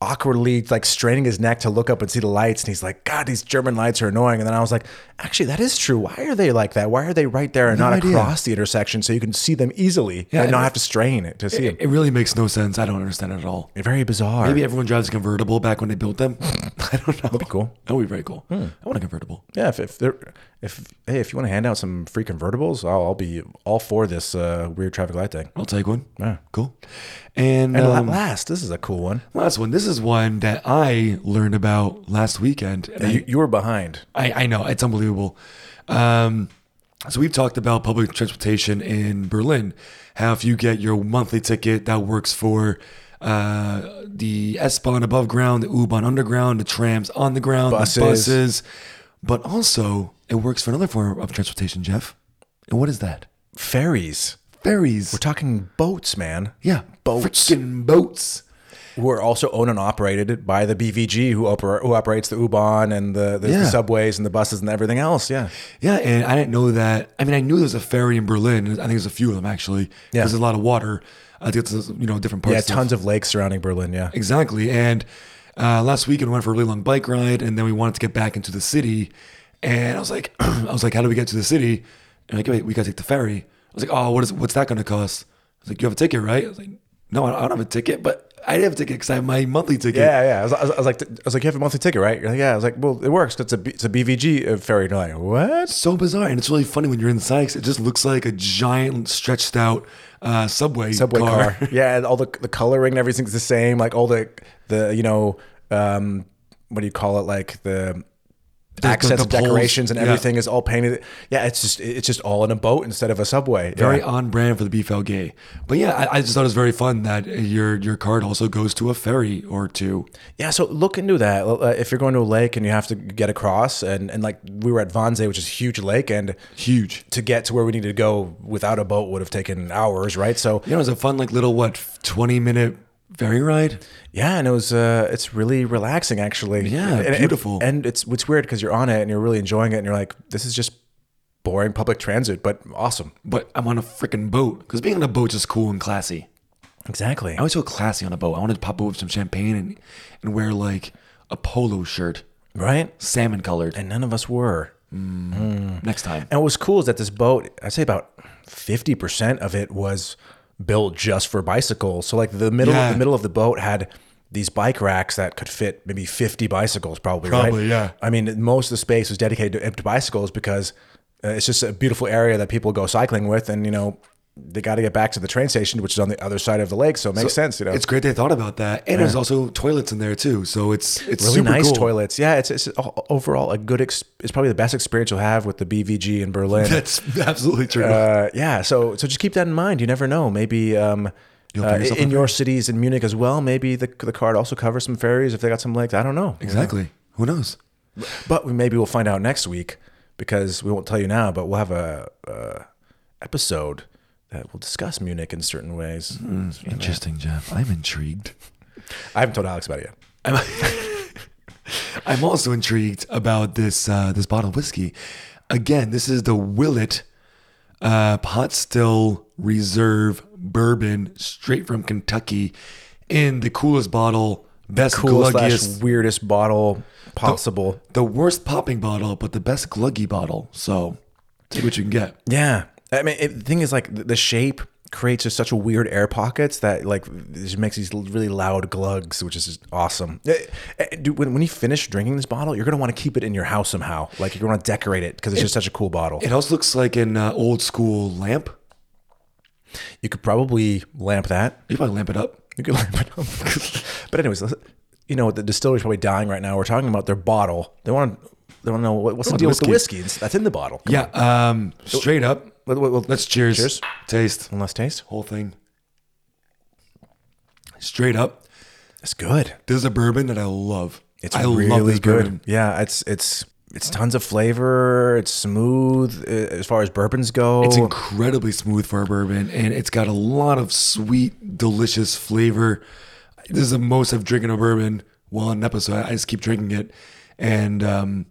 S1: awkwardly like straining his neck to look up and see the lights and he's like god these german lights are annoying and then i was like actually that is true why are they like that why are they right there and not
S2: idea.
S1: across the intersection so you can see them easily and not have to strain it to see them
S2: It really makes no sense. I don't understand it at all.
S1: very bizarre
S2: Maybe everyone drives a convertible back when they built them. I don't know. That'd be
S1: cool.
S2: That would be very cool. I want a convertible.
S1: Yeah, if if, there, if hey, if you want to hand out some free convertibles, I'll, I'll be all for this uh, weird traffic light thing.
S2: I'll take one.
S1: Yeah.
S2: Cool. And,
S1: And la-
S2: um,
S1: last, this is a cool one.
S2: last one. This is one that I learned about last weekend. and I-
S1: You, you were behind.
S2: I, I know it's unbelievable. Um, so we've talked about public transportation in Berlin. How if you get your monthly ticket that works for uh, the S-Bahn above ground, the U-Bahn underground, the trams on the ground,
S1: Buses.
S2: the buses, but also it works for another form of transportation, Jeff. And what is that?
S1: Ferries.
S2: Ferries.
S1: We're talking boats, man.
S2: yeah,
S1: boats.
S2: Freaking boats.
S1: Who are also owned and operated by the BVG, who, oper- who operates the U-Bahn and the, the,
S2: Yeah.
S1: the subways and the buses and everything else. Yeah.
S2: Yeah, and I didn't know that. I mean, I knew there was a ferry in Berlin. I think there's a few of them actually.
S1: Yeah.
S2: there's a lot of water. uh, I think it's you know different
S1: Yeah,
S2: parts. of-
S1: tons of lakes surrounding Berlin. Yeah.
S2: Exactly. And uh, last weekend we went for a really long bike ride, and then we wanted to get back into the city. And I was like, I was like, how do we get to the city? And like, wait, we gotta take the ferry. I was like, oh, what is what's that gonna cost? I was like, you have a ticket, right? I was like, no, I don't I don't have a ticket, but I did have a ticket because I have my monthly ticket.
S1: Yeah, yeah. I was, I was, I was like, I was like, you have a monthly ticket, right? You're like, yeah. I was like, well, it works. 'cause It's a, B- it's a BVG uh, ferry. And you're like, what?
S2: So bizarre, and it's really funny when you're inside. 'cause it just looks like a giant, stretched out uh, subway
S1: subway car. yeah, and all the the coloring and everything's the same. Like all the the you know um, what do you call it? Like the,
S2: the-
S1: accents,
S2: the poles.
S1: decorations, and
S2: Yeah.
S1: everything is all painted. Yeah, it's just it's just all in a boat instead of a subway.
S2: very
S1: yeah.
S2: on brand for the BFLG. But yeah, I, I just thought it was very fun that your your card also goes to a ferry or two.
S1: yeah. So look into that Uh, if you're going to a lake and you have to get across, and and like we were at Vanze, which is a huge lake, and
S2: Huge.
S1: to get to where we needed to go without a boat would have taken hours, right? So
S2: You know, it was a fun like little what twenty minute ferry ride.
S1: Yeah, and it was uh, it's really relaxing actually.
S2: Yeah,
S1: And it-
S2: beautiful.
S1: and it's it's weird because you're on it and you're really enjoying it, and you're like, this is just boring public transit, but awesome.
S2: But I'm on a freaking boat because being on a boat's just cool and classy.
S1: Exactly.
S2: I always feel classy on a boat. I wanted to pop over with some champagne and, and wear like a polo shirt,
S1: Right?
S2: salmon colored.
S1: And none of us were.
S2: Next time.
S1: And what's cool is that this boat, I'd say about 50% of it was built just for bicycles. So like the middle
S2: Yeah.
S1: the middle of the boat had these bike racks that could fit maybe 50 bicycles probably, right?
S2: Probably, yeah.
S1: I mean, most of the space was dedicated to, to bicycles because uh, it's just a beautiful area that people go cycling with and you know, they got to get back to the train station which is on the other side of the lake, so it makes sense, you know.
S2: It's great they thought about that, and there's also toilets in there too. So it's it's
S1: really
S2: super
S1: nice
S2: cool.
S1: toilets. Yeah, it's, it's o- overall a good. Ex- it's probably the best experience you'll have with the BVG in Berlin.
S2: That's absolutely true.
S1: uh, yeah, so so just keep that in mind. You never know. Maybe um,
S2: You'll
S1: uh,
S2: find yourself
S1: in
S2: a
S1: your cities in Munich as well. Maybe the the card also covers some ferries if they got some legs. I don't know.
S2: exactly. Who knows?
S1: But we, maybe we'll find out next week because we won't tell you now. But we'll have a, uh episode that will discuss Munich in certain ways.
S2: Interesting, Jeff. I'm intrigued.
S1: I haven't told Alex about it yet.
S2: I'm, I'm also intrigued about this uh, this bottle of whiskey. Again, this is the Willet uh, Pot Still Reserve Bourbon, straight from Kentucky, in the coolest bottle, best
S1: Cool
S2: gluggiest,
S1: slash weirdest bottle possible.
S2: the worst popping bottle, but the best gluggy bottle. So, see what you can get.
S1: Yeah, I mean, it, the thing is, like, the, the shape creates just such a weird air pockets that like it just makes these l- really loud glugs, which is just awesome. Eh, eh, dude, when when you finish drinking this bottle, you're gonna want to keep it in your house somehow. Like, you're gonna want to decorate it because it's just such a cool bottle.
S2: It also looks like an uh, old school lamp.
S1: you could probably lamp that.
S2: You probably lamp it up.
S1: You could lamp it up. but anyways, let's- you know the distillery's probably dying right now. We're talking about their bottle. They want to. They want to know what, what's the
S2: want
S1: deal with the
S2: whiskey.
S1: whiskey It's- that's in the bottle. Come
S2: Yeah, um, straight up.
S1: on. Well, well, well,
S2: Let's cheers.
S1: Cheers.
S2: Taste.
S1: One last taste.
S2: Whole thing. Straight up.
S1: It's good.
S2: This is a bourbon that I love.
S1: It's
S2: I
S1: really
S2: love this
S1: good.
S2: bourbon.
S1: Yeah, it's it's it's tons of flavor. It's smooth uh, as far as bourbons go.
S2: It's incredibly smooth for a bourbon, and it's got a lot of sweet, delicious flavor. This is the most I've drinking a bourbon while on an episode. I just keep drinking it, and um,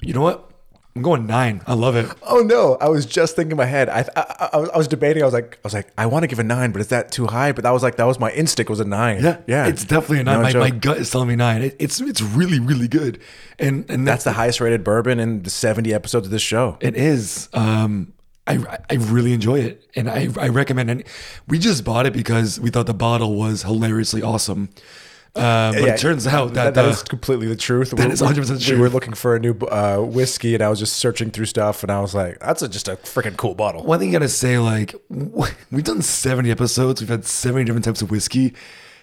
S2: you know what? I'm going nine. I love it.
S1: oh no! I was just thinking in my head. I th- I, I, I was- I was debating. I was like I was like I want to give a nine, but is that too high? But that was like that was my instinct was a nine. yeah.
S2: It's definitely a nine.
S1: No
S2: my,
S1: joke.
S2: my gut is telling me nine. It, it's it's really really good, and and
S1: That's the highest rated bourbon in the seventy episodes of this show.
S2: It is. Um, I I really enjoy it, and I I recommend it. We just bought it because we thought the bottle was hilariously awesome. Uh, but
S1: Yeah,
S2: it turns out that,
S1: that
S2: the-
S1: is completely the truth. That
S2: is 100%
S1: We
S2: true.
S1: were looking for a new uh, whiskey, and I was just searching through stuff, and I was like, "That's a, just a freaking cool bottle."
S2: one thing you gotta say, like w- we've done seventy episodes, we've had seventy different types of whiskey.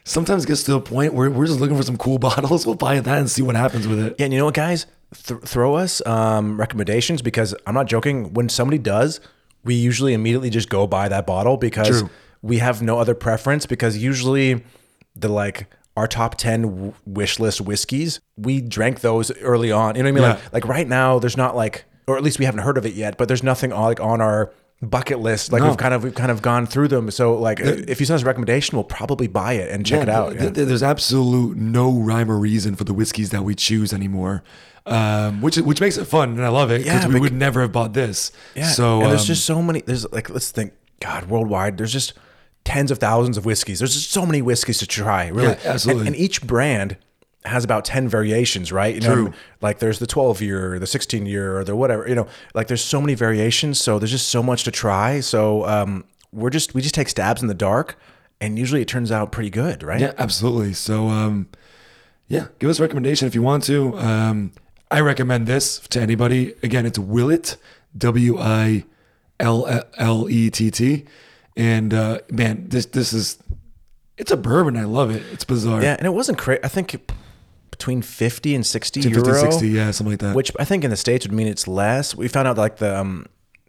S2: Sometimes it gets to a point where we're just looking for some cool bottles. We'll buy that and see what happens with it.
S1: Yeah, and you know what, guys? Th- throw us um, recommendations because I'm not joking. When somebody does, we usually immediately just go buy that bottle because
S2: True.
S1: we have no other preference. Because usually, the like our top ten w- wish list whiskeys, we drank those early on. You know what I mean?
S2: Yeah.
S1: Like, like right now, there's not like, or at least we haven't heard of it yet. But there's nothing on, like on our bucket list. Like
S2: No.
S1: we've kind of we've kind of gone through them. So like, if you send us a recommendation, we'll probably buy it and check it
S2: Yeah,
S1: out.
S2: th-
S1: yeah.
S2: th- There's absolute no rhyme or reason for the whiskeys that we choose anymore, um, which which makes it fun, and I love it because
S1: Yeah,
S2: we
S1: bec-
S2: would never have bought this. So
S1: and there's
S2: um,
S1: just so many. There's like let's think, God, worldwide, there's just tens of thousands of whiskeys. There's just so many whiskeys to try, really.
S2: Yeah, absolutely.
S1: And, and each brand has about ten variations, right? You know,
S2: True.
S1: Like there's the 12 year, the 16 year, or the whatever. You know, like there's so many variations. So there's just so much to try. So um, we're just we just take stabs in the dark, and usually it turns out pretty good, right?
S2: Yeah, absolutely. So, um, yeah, give us a recommendation if you want to. Um, I recommend this to anybody. Again, it's Willet, W I L L E T T, and uh, man, this this is it's a bourbon. I love it. It's bizarre.
S1: Yeah, and it wasn't crazy. I think between 50 and 60
S2: 50,
S1: euro.
S2: 60, yeah, something like that.
S1: which I think in the states would mean it's less. We found out like the um,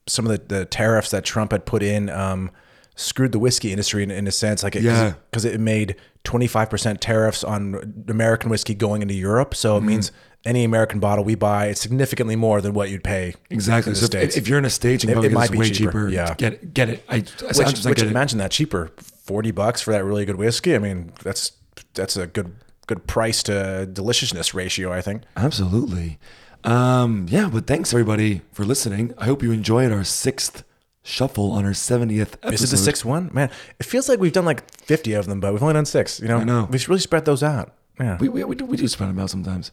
S1: some of the, the tariffs that Trump had put in um, screwed the whiskey industry in, in a sense, like it,
S2: Yeah.
S1: because it made twenty five percent tariffs on American whiskey going into Europe. So it
S2: Mm-hmm.
S1: means any American bottle we buy, it's significantly more than what you'd pay.
S2: exactly.
S1: in the
S2: So if,
S1: States.
S2: if you're in a stage, you can
S1: It-
S2: probably
S1: it
S2: get
S1: might
S2: this
S1: be
S2: way
S1: cheaper,
S2: cheaper.
S1: yeah.
S2: get get it. I, I
S1: Which,
S2: 100%
S1: which
S2: get it.
S1: imagine that cheaper, forty bucks for that really good whiskey. I mean, that's that's a good good price to deliciousness ratio. I think.
S2: Absolutely. Um, yeah, but thanks everybody for listening. I hope you enjoyed our sixth shuffle on our 70th episode.
S1: Is it the sixth one? Man, it feels like we've done like 50 of them, but we've only done six. You know,
S2: I know.
S1: we should really spread those out. Yeah.
S2: We, we, we, do, we do spread them out sometimes.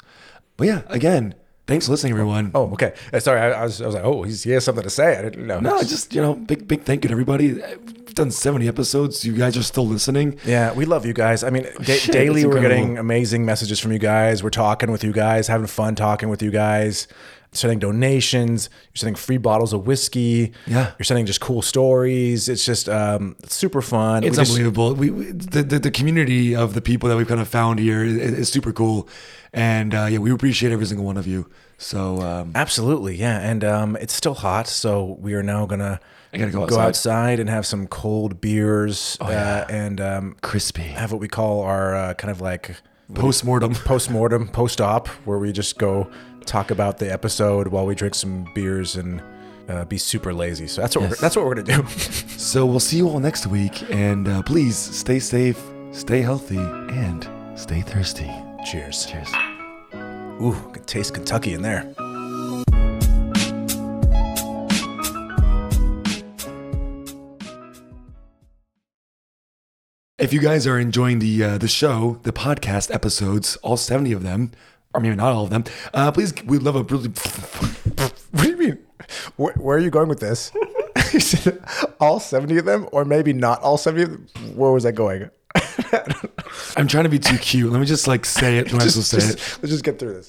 S2: But yeah, again, thanks for listening, everyone.
S1: oh, okay. Uh, Sorry, I, I, was, I was like, oh, he's, he has something to say. I didn't know.
S2: No, just, you know, big, big thank you to everybody. We've done 70 episodes. You guys are still listening.
S1: Yeah, we love you guys. I mean, da-
S2: Shit,
S1: daily
S2: it's
S1: we're
S2: incredible.
S1: getting amazing messages from you guys. We're talking with you guys, having fun talking with you guys. Sending donations, you're sending free bottles of whiskey.
S2: Yeah.
S1: you're sending just cool stories. It's just um, it's super fun.
S2: It's
S1: We just-
S2: unbelievable. We, we the, the the community of the people that we've kind of found here is, is super cool, and uh, yeah, we appreciate every single one of you. So um,
S1: Absolutely, yeah, and um, it's still hot, so we are now gonna
S2: I gotta go
S1: outside.
S2: outside.
S1: and have some cold beers uh, and um,
S2: crispy
S1: have what we call our uh, kind of like
S2: post mortem.
S1: post-mortem, post-op, where we just go talk about the episode while we drink some beers and uh, be super lazy. So that's what we're, that's what we're gonna do.
S2: So we'll see you all next week, and uh, please stay safe, stay healthy, and stay thirsty.
S1: Cheers.
S2: Cheers.
S1: Ooh, can taste Kentucky in there.
S2: If you guys are enjoying the uh, the show, the podcast episodes, all seventy of them, or maybe not all of them, uh, please we'd love a really.
S1: What do you mean? Where, where are you going with this? You said all seventy of them, or maybe not all seventy of them? Where was I going?
S2: I'm trying to be too cute. Let me just like say it when I'm supposed to say it.
S1: let's just get through this.